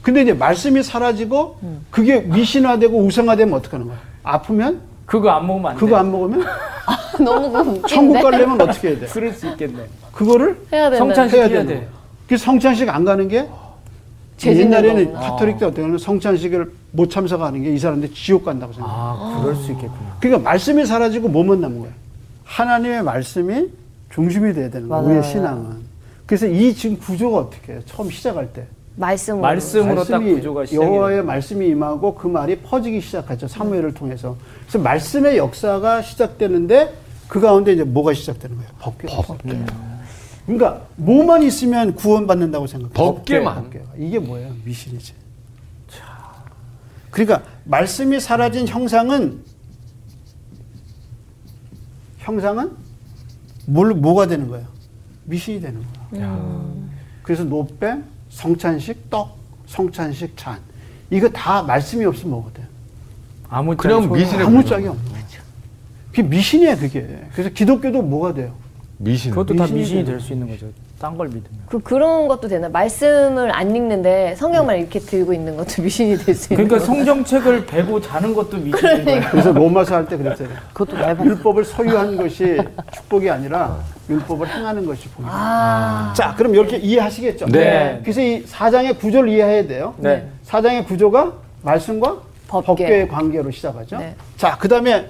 S3: 근데 이제 말씀이 사라지고
S5: 음.
S3: 그게 미신화되고 우상화되면 어떡하는 거야? 아프면
S5: 그거 안 먹으면 안 돼.
S3: 그거 안 먹으면
S6: 너무 그
S3: 천국
S5: 네.
S6: 웃긴데.
S3: 가려면 어떻게 해야 돼?
S5: 그럴 수 있겠네.
S3: 그거를
S6: 해야 되는.
S5: 성찬-
S3: 해야
S5: 해야
S3: 되는
S5: 돼.
S3: 거야. 그 성찬식 안 가는 게
S6: 죄짓는
S3: 옛날에는
S5: 아.
S6: 거구나.
S3: 카톨릭 때 어떻게 하면 성찬식을 못 참석하는 게 이 사람들 지옥 간다고 생각해.
S5: 아, 그럴 수 있겠구나.
S3: 그러니까 말씀이 사라지고 몸은 남은 거예요. 하나님의 말씀이 중심이 돼야 되는 거예요. 우리의
S4: 맞아요.
S3: 신앙은. 그래서 이 지금 구조가 어떻게 해요? 처음 시작할 때.
S6: 말씀으로.
S5: 말씀으로 딱
S3: 말씀이
S5: 구조가 시작이
S3: 여호와의 말씀이 임하고 그 말이 퍼지기 시작하죠. 사무엘을 통해서. 그래서 말씀의 역사가 시작되는데 그 가운데 이제 뭐가 시작되는 거예요? 법궤. 법궤. 그러니까 뭐만 있으면 구원받는다고 생각해요.
S1: 법궤만.
S3: 법궤. 이게 뭐예요? 미신이지. 그러니까 말씀이 사라진 형상은 형상은 뭘 뭐가 되는 거예요? 미신이 되는 거예요. 그래서 노뱀, 성찬식 떡, 성찬식 잔 이거 다 말씀이 없으면 먹어도 돼.
S5: 아무
S1: 그냥
S5: 짤 소리
S1: 미신을
S5: 없-
S3: 아무 짝이 없는 거예요. 그게 미신이야 그게. 그래서 기독교도 뭐가 돼요?
S1: 미신
S5: 그것도 다
S3: 미신이
S5: 미신이
S3: 되는
S5: 될 수 있는 거죠. 딴 걸 믿으면.
S6: 그 그런 것도 되나? 말씀을 안 읽는데 성경만 이렇게 들고 있는 것도 미신이 될 수 있는.
S5: 그러니까
S6: 거.
S5: 성정책을 베고 자는 것도 미신인 거예요.
S3: 그래서 로마서 할 때 그랬잖아요.
S4: 그것도 잘 봤어요.
S3: 율법을 소유한 것이 축복이 아니라 율법을 행하는 것이 복이다.
S6: 아.
S3: 자, 그럼 이렇게 이해하시겠죠?
S5: 네.
S3: 그래서 이 사장의 구조를 이해해야 돼요.
S5: 네.
S3: 사장의 구조가 말씀과
S6: 법계.
S3: 법계. 의 관계로 시작하죠.
S6: 네.
S3: 자, 그 다음에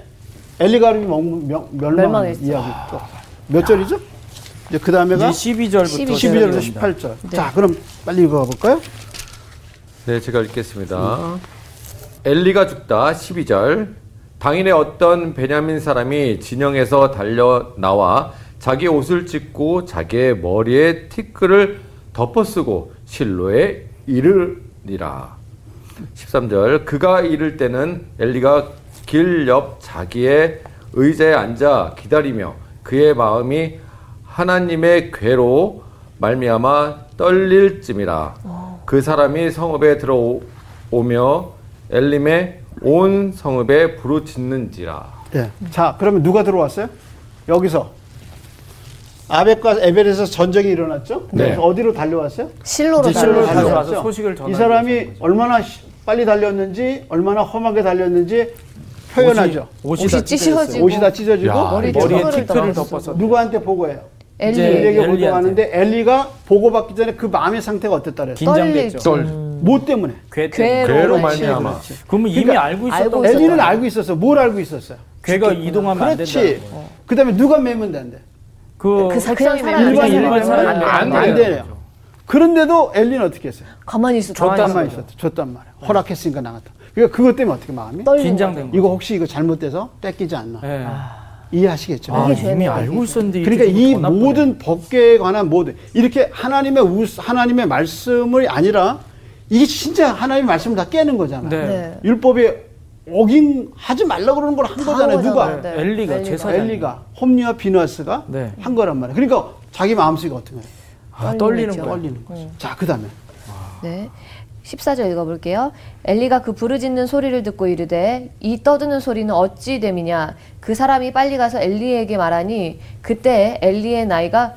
S3: 엘리가름이 멸- 멸- 멸망
S6: 멸망했죠.
S3: 이야기 또몇 절이죠? 이제 그 다음에가
S5: 이제 12절부터
S3: 12절부터 18절. 자, 그럼 빨리 읽어볼까요?
S1: 네, 제가 읽겠습니다. 엘리가 죽다 12절. 당일에 어떤 베냐민 사람이 진영에서 달려 나와 자기 옷을 찢고 자기의 머리에 티끌을 덮어쓰고 실로에 이르리라. 13절 그가 이를 때는 엘리가 길 옆 자기의 의자에 앉아 기다리며 그의 마음이 하나님의 괴로 말미암아 떨릴쯤이라 그 사람이 성읍에 들어오며 엘림의 온 성읍에 부르짖는지라
S3: 예. 자, 그러면 누가 들어왔어요? 여기서 아벡과 에벨에서 전쟁이 일어났죠?
S1: 네.
S3: 그래서 어디로 달려왔어요?
S6: 실로로
S3: 실로로
S6: 달려가죠.
S3: 달려가죠.
S5: 가서 그렇죠. 네. 소식을 전하기
S3: 이
S5: 위해서 그렇죠.
S3: 사람이
S5: 온 거죠.
S3: 얼마나 시- 빨리 달렸는지, 얼마나 험하게 달렸는지 표현하죠.
S5: 옷이,
S6: 옷이 찢어지고
S3: 옷이 다 찢어지고
S1: 야,
S5: 머리에
S6: 머리 머리에
S5: 티끌을
S6: 티끌을
S5: 덮어서
S3: 누구한테 보고해요?
S5: 이제
S6: 엘리
S3: 엘리에게
S5: 엘리한테.
S3: 보고하는데 엘리가 보고받기 전에 그 마음의 상태가 어땠다 그랬어?
S5: 긴장됐죠.
S6: 떨리죠.
S3: 뭐 때문에?
S5: 괴 때문에.
S1: 괴로
S6: 괴로
S1: 말미암아
S5: 그러면 이미
S3: 그러니까
S5: 알고
S6: 알고
S5: 있었던
S6: 있었다.
S3: 엘리는 알고 있었어. 뭘 알고 있었어요?
S5: 괴가 이동하면 안
S3: 그렇지.
S5: 된다.
S3: 그 다음에 누가 매면 된대?
S5: 그,
S4: 그 사장이
S6: 사람이
S5: 일반
S3: 네. 일반인이
S5: 일반
S3: 매면 안,
S5: 사람이
S1: 안
S3: 안
S1: 되는
S3: 되네요. 그런데도 엘리는 어떻게 했어요?
S6: 가만히 있어.
S3: 가만히 있었다. 줬단 말이야.
S5: 네.
S3: 허락했으니까 나갔다. 그러니까 그것 때문에 어떻게 마음이?
S5: 긴장된 거.
S3: 이거 혹시 이거 잘못돼서 뺏기지 않나?
S5: 예.
S3: 이해하시겠죠?
S5: 아, 이미 알고 있었는데
S3: 그러니까
S5: 이게
S3: 이
S5: 더 나쁘네.
S3: 모든 법계에 관한 모든 이렇게 하나님의 우- 하나님의 말씀이 아니라 이게 진짜 하나님의 말씀을 다 깨는 거잖아요.
S5: 네.
S6: 네.
S3: 율법에 어긴 하지 말라 그러는 걸 한 거잖아요. 누가?
S6: 네.
S5: 엘리가
S6: 엘리가.
S5: 제사장
S3: 엘리가 홈리와 비너스가
S5: 네.
S3: 한 거란 말이에요. 그러니까 자기 마음속이 어떻게 해요?
S5: 아, 떨리는
S6: 떨리죠.
S5: 거야.
S3: 떨리는 거죠. 자, 그다음에
S6: 네. 14절 읽어볼게요. 엘리가 그 부르짖는 소리를 듣고 이르되 이 떠드는 소리는 어찌 됨이냐 그 사람이 빨리 가서 엘리에게 말하니 그때 엘리의 나이가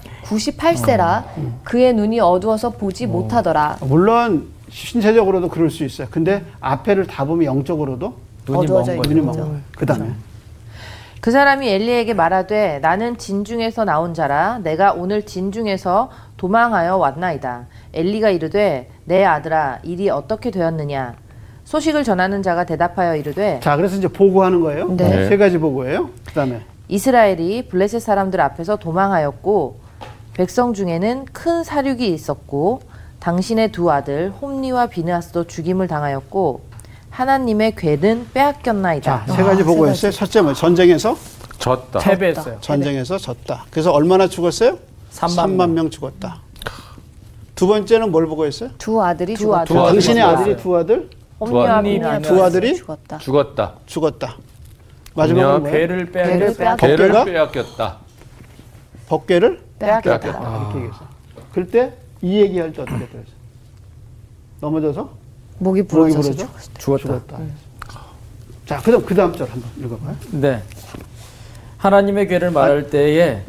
S6: 98세라 그의 눈이 어두워서 보지 못하더라.
S3: 물론 신체적으로도 그럴 수 있어요. 근데 앞에를 다 보면 영적으로도
S5: 눈이 먼
S6: 어두워져
S5: 거죠.
S3: 눈이
S6: 있는
S3: 먼
S6: 거죠.
S3: 거예요. 그다음에
S4: 그 사람이 엘리에게 말하되 나는 진중에서 나온 자라 내가 오늘 진중에서 도망하여 왔나이다. 엘리가 이르되 내 아들아 일이 어떻게 되었느냐 소식을 전하는 자가 대답하여 이르되
S3: 자, 그래서 이제 보고하는 거예요.
S6: 네.
S1: 네.
S3: 세 가지 보고예요. 그다음에
S4: 이스라엘이 블레셋 사람들 앞에서 도망하였고 백성 중에는 큰 사륙이 있었고 당신의 두 아들 홈니와 비느하스도 죽임을 당하였고 하나님의 괴는 빼앗겼나이다.
S3: 자, 세
S4: 아,
S3: 가지 보고했어요. 첫째 뭐 전쟁에서
S1: 졌다
S5: 패배했어요.
S3: 전쟁에서 졌다. 그래서 얼마나 죽었어요?
S5: 3만
S3: 3만 명 죽었다. 두 번째는 뭘 보고했어요?
S6: 두 아들이
S4: 두
S6: 죽었다.
S4: 두 아들.
S3: 당신의
S4: 죽었어요.
S3: 아들이 두 아들
S4: 홈니와
S5: 아들이
S4: 비느하스
S3: 두 아들이
S6: 죽었다.
S1: 죽었다
S3: 죽었다.
S1: 그녀
S3: 마지막으로 뭐예요?
S5: 괴를
S6: 괴를
S5: 빼앗겼어요.
S6: 빼앗겼다.
S1: 개를
S3: 어깨가?
S1: 빼앗겼다
S3: 법궤를
S4: 빼앗겼다.
S3: 이렇게 얘기했어요. 그럴 때 이 얘기할 때 어떻게 들었어요? 넘어져서
S6: 목이
S3: 목이
S6: 부러져서
S3: 부러져
S6: 죽었다.
S5: 죽었다.
S3: 자, 그다음 그 다음 절 한번 읽어봐요.
S5: 네. 하나님의 괴를 말할 때에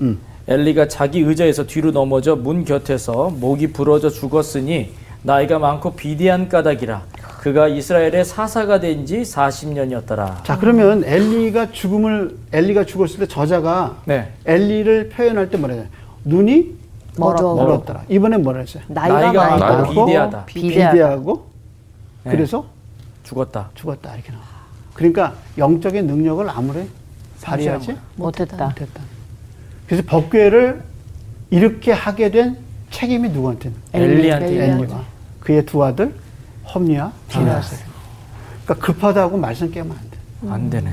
S5: 엘리가 자기 의자에서 뒤로 넘어져 문 곁에서 목이 부러져 죽었으니 나이가 많고 비디한 까닭이라 그가 이스라엘의 사사가 된 지 40년이었더라.
S3: 자, 그러면 엘리가 죽음을 엘리가 죽었을 때 저자가
S5: 네.
S3: 엘리를 표현할 때 뭐래요? 눈이
S6: 멀어.
S3: 멀었더라. 이번엔 뭐라 했어요?
S6: 나이가,
S5: 나이가
S6: 많이
S5: 많고
S6: 많고
S5: 비대하다.
S4: 비대하다.
S3: 비대하고
S5: 네.
S3: 그래서
S5: 죽었다.
S3: 죽었다 이렇게 나와. 그러니까 영적인 능력을 아무리 발휘하지
S4: 못했다.
S3: 못했다. 그래서 법궤를 이렇게 하게 된 책임이 누구한테는?
S5: 엘리한테
S3: 네.
S5: 있는 거죠.
S3: 엘리와 그의 두 아들 험리와 비나세. 그러니까 급하다고 말씀 깨면 안 돼.
S5: 안 되네.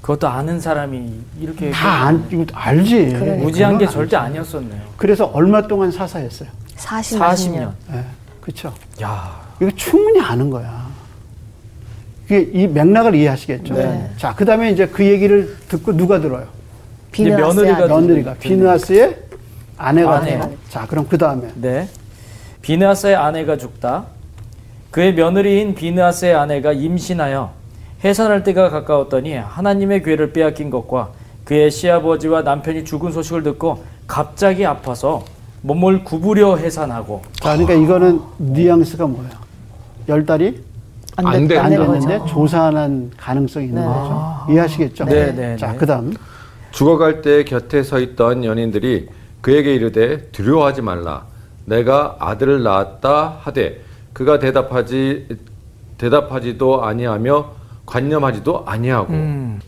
S5: 그것도 아는 사람이 이렇게
S3: 다 안, 이거 알지.
S5: 무지한 게
S3: 예, 그건
S5: 절대 아니었었네요.
S3: 알- 그래서 얼마 동안 사사했어요.
S6: 40,
S5: 40년.
S3: 예, 그렇죠.
S5: 야,
S3: 이거 충분히 아는 거야. 이게 이 맥락을 이해하시겠죠. 자, 그다음에 이제 그 얘기를 듣고 누가 들어요?
S5: 이제 며느리가
S6: 비누하스야.
S3: 며느리가 비누아스의 아내가
S5: 아내가.
S3: 돼요. 자, 그럼 그 다음에
S5: 네. 비느하스의 아내가 죽다. 그의 며느리인 비느하스의 아내가 임신하여 해산할 때가 가까웠더니 하나님의 괴를 빼앗긴 것과 그의 시아버지와 남편이 죽은 소식을 듣고 갑자기 아파서 몸을 구부려 해산하고
S3: 자, 그러니까 이거는 뉘앙스가 뭐예요? 열 달이
S1: 안
S3: 안
S1: 되는 거죠
S3: 됐는데 그렇죠. 조산한 가능성이 있는 거죠. 이해하시겠죠?
S5: 네, 네,
S3: 자,
S5: 네.
S3: 그다음
S1: 죽어갈 때 곁에 서 있던 연인들이 그에게 이르되 두려워하지 말라 내가 아들을 낳았다 하되 그가 대답하지 대답하지도 아니하며 관념하지도 아니하고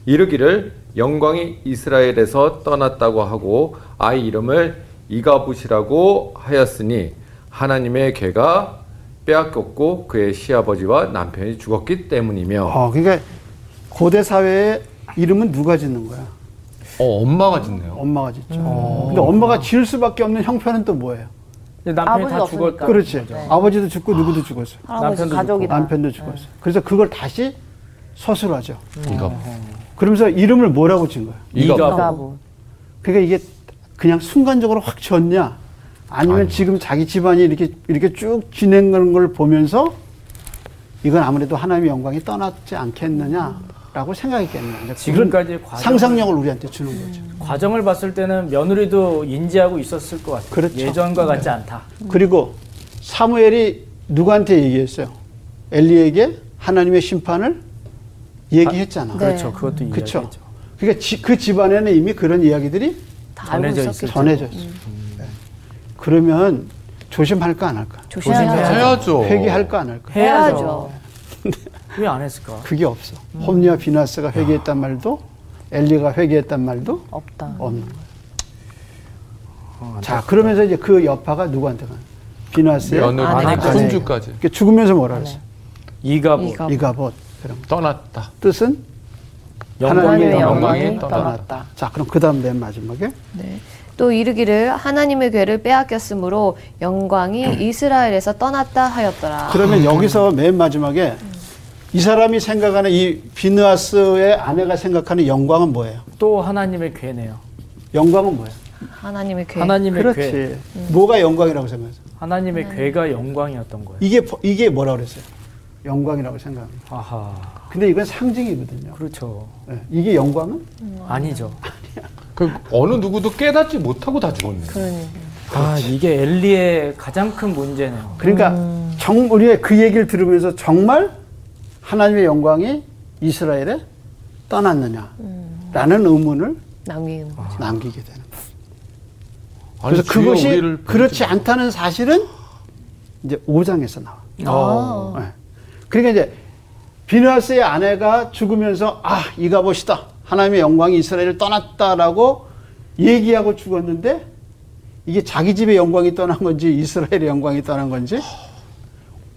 S1: 이르기를 영광이 이스라엘에서 떠났다고 하고 아이 이름을 이가붓이라고 하였으니 하나님의 개가 빼앗겼고 그의 시아버지와 남편이 죽었기 때문이며
S3: 어, 그러니까 고대 사회의 이름은 누가 짓는 거야?
S1: 어, 엄마가 짓네요.
S3: 엄마가 짓죠. 근데 엄마가 지을 수밖에 없는 형편은 또 뭐예요?
S5: 근데 남편이
S4: 아버지
S5: 다
S4: 없으니까.
S5: 죽었다.
S3: 그렇지. 아버지도 죽고 누구도 죽었어.
S4: 할아버지
S5: 남편도
S4: 가족이다.
S3: 남편도 죽었어. 그래서 그걸 다시 서술하죠.
S1: 이거.
S3: 그러면서 이름을 뭐라고 지은 거예요?
S1: 이거.
S5: 이거.
S4: 나보.
S3: 그러니까 이게 그냥 순간적으로 확 지었냐? 아니면 지금 자기 집안이 이렇게 이렇게 쭉 진행하는 걸 보면서 이건 아무래도 하나님의 영광이 떠났지 않겠느냐라고 생각했겠네요. 이제 그런
S5: 지금까지의 과정을-
S3: 상상력을 우리한테 주는 거죠.
S5: 과정을 봤을 때는 며느리도 인지하고 있었을 것 같아요.
S3: 그렇죠.
S5: 예전과 같지 않다.
S3: 그리고 사무엘이 누구한테 얘기했어요? 엘리에게 하나님의 심판을 얘기했잖아.
S6: 네.
S5: 그렇죠. 그것도
S3: 그렇죠.
S5: 이야기죠.
S3: 그러니까 지- 그 집안에는 이미 그런 이야기들이
S6: 다 알고
S5: 전해져
S6: 있었겠죠.
S3: 전해져 있어요. 네. 그러면 조심할까 안 할까?
S6: 조심해야죠.
S1: 해야죠.
S3: 회개할까 안 할까?
S6: 해야죠.
S5: 왜 안 했을까?
S3: 그게 없어. 홈리와 비나스가
S1: 음.
S3: 회개했단
S1: 아.
S3: 말도 엘리가 회개했단 말도
S4: 없다.
S3: 없는 거야.
S1: 어,
S3: 자 그러면서 이제 그 여파가 누구한테 가는? 비나스의
S1: 며느리,
S6: 아내까지.
S1: 손주까지.
S3: 그러니까 죽으면서 뭐라 그랬어?
S5: 이가보
S6: 이가-
S3: 이가봇. 그럼
S1: 떠났다.
S3: 뜻은
S5: 영광의
S3: 하나님의
S1: 영광이
S3: 영광이
S1: 떠났다.
S3: 떠났다. 자 그럼 그 다음 맨 마지막에
S6: 네. 또 이르기를 하나님의 괴를 빼앗겼으므로 영광이 이스라엘에서 떠났다 하였더라.
S3: 그러면
S1: 아.
S3: 여기서 맨 마지막에 이 사람이 생각하는 이 비누아스의 아내가 생각하는 영광은 뭐예요?
S5: 또 하나님의 괴네요.
S3: 영광은 뭐예요?
S6: 하나님의 괴.
S5: 하나님의
S3: 그렇지.
S5: 괴.
S3: 뭐가 영광이라고 생각해요?
S5: 하나님의 괴가 영광이었던 거예요.
S3: 이게 버- 이게 뭐라 그랬어요? 영광이라고 생각합니다.
S5: 아하.
S3: 근데 이건 상징이거든요.
S5: 그렇죠.
S3: 예, 이게 영광은
S5: 아니죠.
S1: 그 어느 누구도 깨닫지 못하고 다 죽었네요.
S5: 아, 이게 엘리의 가장 큰 문제네요.
S3: 그러니까 정 우리의 그 얘기를 들으면서 정말 하나님의 영광이 이스라엘에 떠났느냐라는 의문을
S6: 남기는 거.
S3: 남기게 되는. 거예요.
S1: 아니,
S3: 그래서
S1: 주여
S3: 그것이
S1: 우리를
S3: 그렇지 않다는 사실은 이제 5장에서 나와.
S6: 아.
S3: 예. 그러니까 이제 비누아스의 아내가 죽으면서 아 이가 보시다 하나님의 영광이 이스라엘을 떠났다라고 얘기하고 죽었는데 이게 자기 집의 영광이 떠난 건지 이스라엘의 영광이 떠난 건지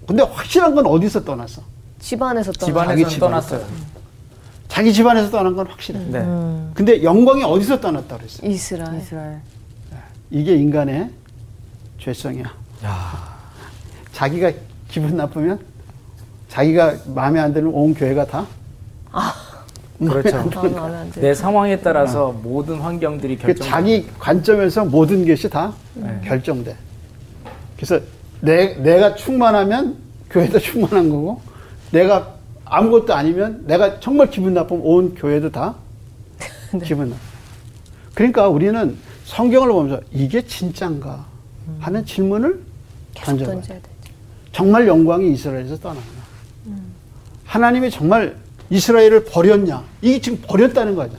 S3: 근데 확실한 건 어디서 떠났어?
S6: 집안에서 떠나.
S3: 자기
S5: 집안에서
S3: 집안에서
S5: 떠났어요.
S3: 자기 집안에서 떠난 건 확실해.
S5: 네.
S3: 근데 영광이 어디서 떠났다 그랬어?
S6: 이스라엘.
S4: 이스라엘.
S3: 이게 인간의 죄성이야. 자기가 기분 나쁘면 자기가 마음에 안 드는 온 교회가 다
S5: 그렇죠. 음.
S6: 아, 마음에 안 들어.
S5: 내 상황에 따라서 모든 환경들이
S3: 그
S5: 결정.
S3: 자기 관점에서 모든 것이 다 결정돼. 그래서 내, 내가 충만하면 교회도 충만한 거고, 내가 아무것도 아니면 내가 정말 기분 나쁘면 온 교회도 다 기분 나빠. 그러니까 우리는 성경을 보면서 이게 진짠가 하는 질문을
S6: 계속
S3: 던져요.
S6: 던져야 되죠.
S3: 정말 영광이 이스라엘에서 떠났나? 하나님이 정말 이스라엘을 버렸냐? 이게 지금 버렸다는 거죠.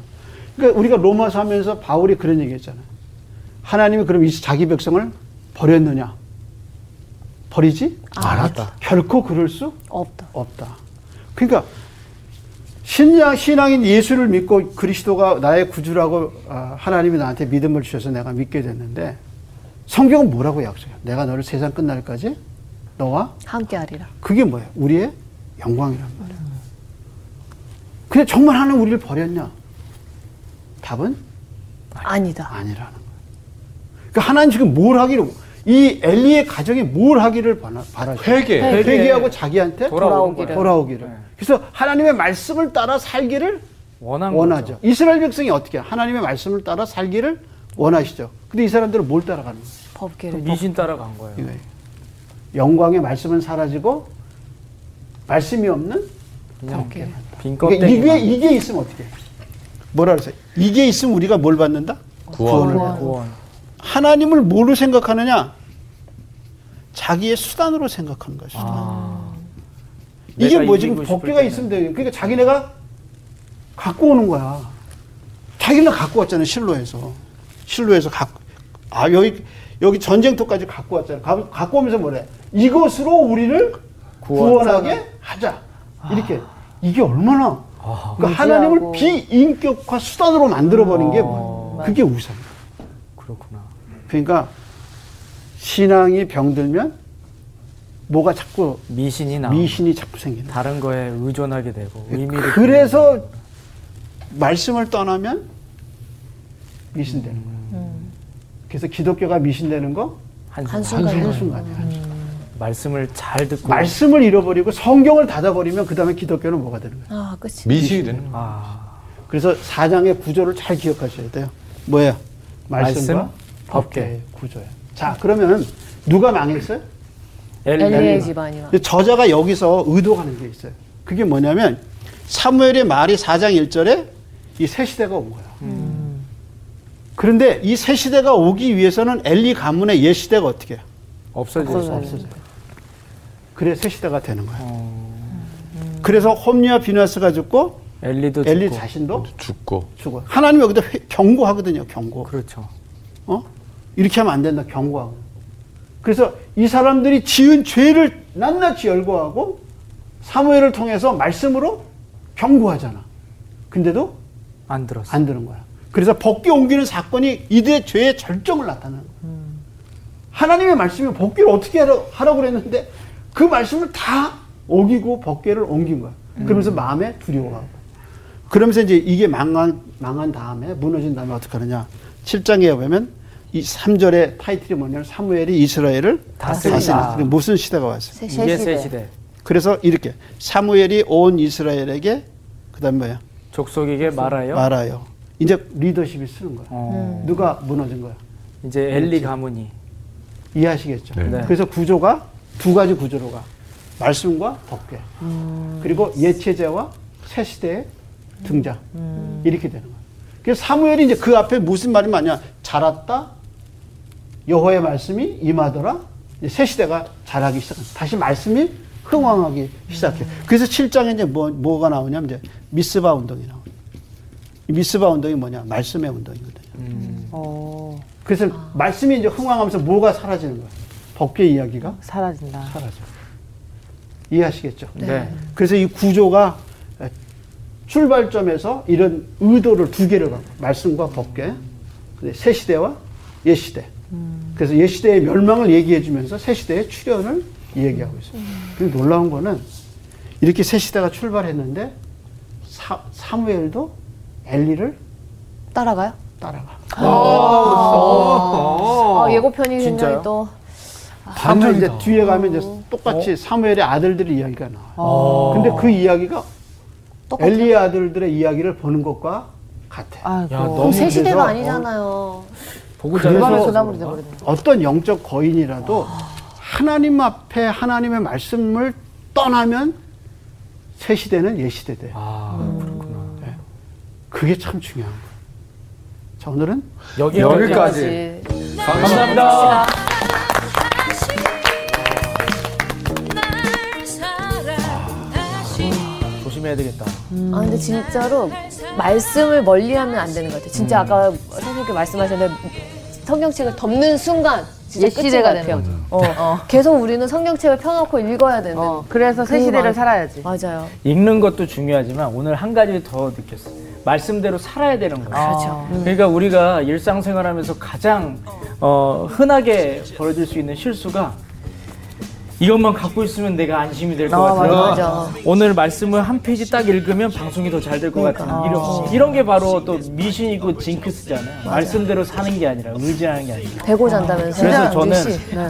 S3: 그러니까 우리가 로마서 하면서 바울이 그런 얘기 했잖아요. 하나님이 그럼 이 자기 백성을 버렸느냐? 버리지?
S1: 않았다.
S3: 결코 그럴 수
S6: 없다.
S3: 없다. 그러니까 신양 신앙인 예수를 믿고 그리스도가 나의 구주라고 아, 하나님이 나한테 믿음을 주셔서 내가 믿게 됐는데 성경은 뭐라고 약속해요? 내가 너를 세상 끝날까지 너와
S6: 함께하리라.
S3: 그게 뭐예요? 우리의 영광이란 말이에요. 근데 정말 하나님 우리를 버렸냐? 답은
S6: 아니다.
S3: 아니라는 거예요. 그러니까 하나님 지금 뭘 하기를 이 엘리의 가정이 뭘 하기를 바라- 바라죠?
S1: 회개.
S5: 회개.
S3: 회개하고 자기한테
S5: 돌아오는
S6: 돌아오기를.
S5: 거예요.
S3: 돌아오기를.
S5: 네.
S3: 그래서 하나님의 말씀을 따라 살기를
S5: 원한
S3: 원하죠.
S5: 거죠.
S3: 이스라엘 백성이 어떻게 해요? 하나님의 말씀을 따라 살기를 원하시죠. 근데 이 사람들은 뭘 따라가는 거예요?
S6: 법계를.
S5: 미신 따라간 거예요.
S3: 이거예요. 영광의 말씀은 사라지고 말씀이 없는
S6: 법계를.
S5: 빈
S3: 그러니까
S5: 껍데기.
S3: 이게 이게 있으면 어떻게? 해? 뭐라 그러세요? 이게 있으면 우리가 뭘 받는다?
S1: 구원.
S3: 구원을 받고.
S5: 구원.
S3: 하나님을 뭐로 생각하느냐? 자기의 수단으로 생각하는 거죠.
S5: 아.
S3: 이게
S5: 내가
S3: 뭐
S5: 이기고
S3: 지금
S5: 싶을
S3: 법계가
S5: 때는.
S3: 있으면 되요 그러니까 자기네가 갖고 오는 거야. 자기네 갖고 왔잖아요. 실로에서 실로에서 갖고 아 여기 여기 전쟁터까지 갖고 왔잖아. 가, 갖고 오면서 뭐래? 이것으로 우리를
S5: 구원.
S3: 구원하게 하자.
S5: 아.
S3: 이렇게 이게 얼마나 그러니까 하나님을
S4: 의지하고.
S3: 비인격화 수단으로 만들어버린 게
S5: 어.
S3: 뭐야? 그게 우상.
S5: 그렇구나.
S3: 그러니까 신앙이 병들면 뭐가 자꾸
S5: 미신이 나.
S3: 미신이 그 자꾸 생기는.
S5: 다른 거에 의존하게 되고 의미를.
S3: 그래서 말씀을 떠나면 미신되는 거예요. 그래서 기독교가 미신되는 거
S5: 한순간
S6: 한순간에.
S3: 한순간이야.
S5: 말씀을 잘 듣고
S3: 말씀을 잃어버리고 성경을 닫아버리면 그 다음에 기독교는 뭐가 되는 거예요.
S6: 아, 그치.
S1: 미신이 되는 거야.
S5: 아,
S3: 그래서 사장의 구조를 잘 기억하셔야 돼요. 뭐예요? 말씀과
S5: 말씀, 법계.
S3: 법계의 구조예요. 자 그러면 누가 망했어요?
S6: 엘리의
S5: 엘리
S6: 집안이 막.
S3: 근데 저자가 여기서 의도하는 게 있어요. 그게 뭐냐면 사무엘의 말이 4장 1절에 이 새 시대가 온 거야.
S5: 음.
S3: 그런데 이 새 시대가 오기 위해서는 엘리 가문의 옛 시대가 어떻게 해요?
S5: 없어질 수 없어.
S3: 그래 새 시대가 되는 거야.
S5: 어.
S3: 그래서 홈리와 비누아스가 죽고
S5: 엘리도
S3: 엘리
S5: 죽고.
S3: 자신도
S1: 죽고
S3: 죽어. 하나님 여기다 회- 경고하거든요. 경고.
S5: 그렇죠.
S3: 어? 이렇게 하면 안 된다. 경고하고. 그래서 이 사람들이 지은 죄를 낱낱이 열거하고 사무엘을 통해서 말씀으로 경고하잖아. 근데도
S5: 안 들었어.
S3: 안 드는 거야. 그래서 법기 옮기는 사건이 이들의 죄의 절정을 나타내는 거야. 하나님의 말씀이 법기를 어떻게 하라- 하라고 그랬는데 그 말씀을 다 어기고 법계를 옮긴 거야. 그러면서 마음에 두려워하고. 그러면서 이제 이게 망한, 망한 다음에 무너진 다음에 어떻게 하느냐. 7장에 보면 이 3절의 타이틀이 뭐냐면 사무엘이 이스라엘을
S5: 다스린다.
S3: 다스린다. 무슨 시대가 왔어요?
S6: 새 시대.
S5: 이게 새 시대.
S3: 그래서 이렇게 사무엘이 온 이스라엘에게 그다음 뭐야?
S5: 족속에게 말하여
S3: 말아요. 이제 리더십이 쓰는 거야.
S5: 어,
S3: 누가 무너진 거야?
S5: 이제 엘리 가문이
S3: 이해하시겠죠?
S1: 네.
S5: 네.
S3: 그래서 구조가 두 가지 구조로 가. 말씀과 법궤. 그리고 예체제와 새 시대의 등장. 이렇게 되는 거야. 그래서 사무엘이 이제 그 앞에 무슨 말이 많냐? 자랐다. 여호와의 말씀이 임하더라. 이제 새 시대가 자라기 시작한. 다시 말씀이 흥왕하기 시작해. 그래서 7장에 이제 뭐, 뭐가 나오냐면 이제 미스바 운동이 나와요. 이 미스바 운동이 뭐냐? 말씀의 운동이거든요.
S4: 어,
S3: 그래서 말씀이 이제 흥황하면서 뭐가 사라지는 거야? 법계 이야기가
S4: 사라진다.
S3: 사라져. 이해하시겠죠?
S5: 네.
S3: 그래서 이 구조가 출발점에서 이런 의도를 두 개를 갖고 말씀과 법계, 근데 새 시대와 옛 시대. 그래서 옛 시대의 멸망을 얘기해 주면서 새 시대의 출현을 얘기하고 있어요. 그리고 놀라운 거는 이렇게 새 시대가 출발했는데 사, 사무엘도 엘리를
S6: 따라가요?
S3: 따라가.
S6: 아, 예고편이 굉장히
S5: 진짜요?
S6: 또.
S3: 반면 이제 뒤에 가면
S6: 어.
S3: 이제 똑같이
S5: 어?
S3: 사무엘의 아들들의 이야기가 나와요. 근데 그 이야기가
S6: 똑같아요.
S3: 엘리의 아들들의 이야기를 보는 것과 같아.
S4: 아이고.
S5: 야,
S6: 그럼
S3: 어,
S5: 너무
S6: 새 시대가
S3: 그래서-
S6: 아니잖아요.
S5: 보고
S4: 절반을
S5: 자라서
S4: 소나무로 돼버렸네.
S3: 어떤 영적 거인이라도
S6: 아.
S3: 하나님 앞에 하나님의 말씀을 떠나면 새 시대는 옛 시대 돼.
S5: 아, 그렇구나.
S3: 그게 참 중요한 거예요. 자, 오늘은
S1: 여기까지.
S5: 감사합니다.
S7: 다시 날 사랑 다시
S5: 조심해야 되겠다.
S6: 아 근데 진짜로 말씀을 멀리하면 안 되는 것 같아요. 진짜 아까 선생님께 말씀하셨는데 성경책을 덮는 순간 진짜
S4: 옛
S6: 끝인
S4: 시대가
S6: 것 같아요.
S4: 되는
S6: 어. 계속 우리는 성경책을 펴놓고 읽어야 되는.
S4: 어, 그래서 새
S6: 그
S4: 시대를
S6: 말-
S4: 살아야지.
S6: 맞아요.
S5: 읽는 것도 중요하지만 오늘 한 가지 더 느꼈어요. 말씀대로 살아야 되는 거예요.
S4: 그렇죠.
S5: 그러니까 우리가 일상생활하면서 가장 어, 흔하게 벌어질 수 있는 실수가 이것만 갖고 있으면 내가 안심이 될 것
S4: 아,
S5: 같아요.
S4: 맞아,
S5: 오늘 말씀을 한 페이지 딱 읽으면 방송이 더 잘 될 것 같은 이런 이런 게 바로 또 미신이고 징크스잖아요. 말씀대로 사는 게 아니라 의지하는 게 아니라.
S6: 배고 잔다면서.
S5: 그래서 저는
S4: 네.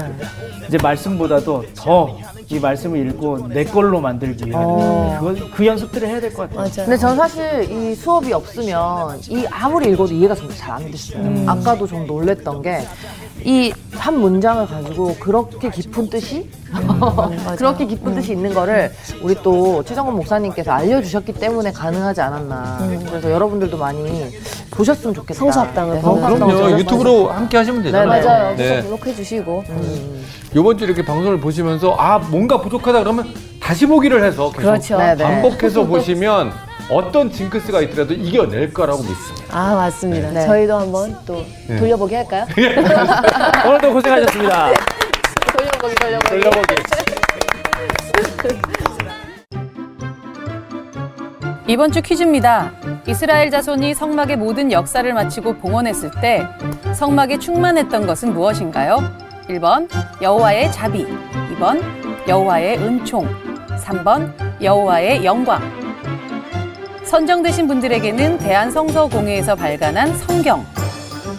S5: 이제 말씀보다도 더 이 말씀을 읽고 내 걸로 만들기 위한 그건 그 연습들을 해야 될 것 같아요.
S6: 맞아요.
S4: 근데 저는 사실 이 수업이 없으면 이 아무리 읽어도 이해가 정말 잘 안 됐어요. 아까도 좀 놀랬던 게 이 한 문장을 가지고 그렇게 깊은 뜻이 그렇게 깊은 뜻이 있는 거를 우리 또 최정원 목사님께서 알려주셨기 때문에 가능하지 않았나. 그래서 여러분들도 많이 보셨으면 좋겠다.
S6: 성수학당을
S4: 네,
S6: 보면서.
S4: 성수학당을
S1: 그럼요.
S4: 보면서.
S1: 유튜브로 함께 하시면 되잖아요.
S6: 맞아요.
S1: 네.
S6: 구독해 주시고.
S1: 이번 주 이렇게 방송을 보시면서 아 뭔가 부족하다 그러면 다시 보기를 해서 계속
S6: 그렇죠.
S4: 네, 네.
S1: 반복해서 보시면 어떤 징크스가 있더라도 이겨낼 거라고 믿습니다.
S6: 아 맞습니다.
S4: 네.
S6: 저희도 한번 또 돌려보기 할까요?
S5: 오늘도 고생하셨습니다.
S6: 돌려보기 돌려보기.
S1: 돌려보기.
S8: 이번 주 퀴즈입니다. 이스라엘 자손이 성막의 모든 역사를 마치고 봉헌했을 때 성막에 충만했던 것은 무엇인가요? 1번 여호와의 자비, 2번 여호와의 은총, 3번 여호와의 영광. 선정되신 분들에게는 대한성서공회에서 발간한 성경,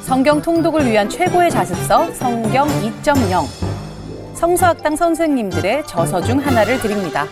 S8: 성경 통독을 위한 최고의 자습서 성경 2.0 성서학당 선생님들의 저서 중 하나를 드립니다.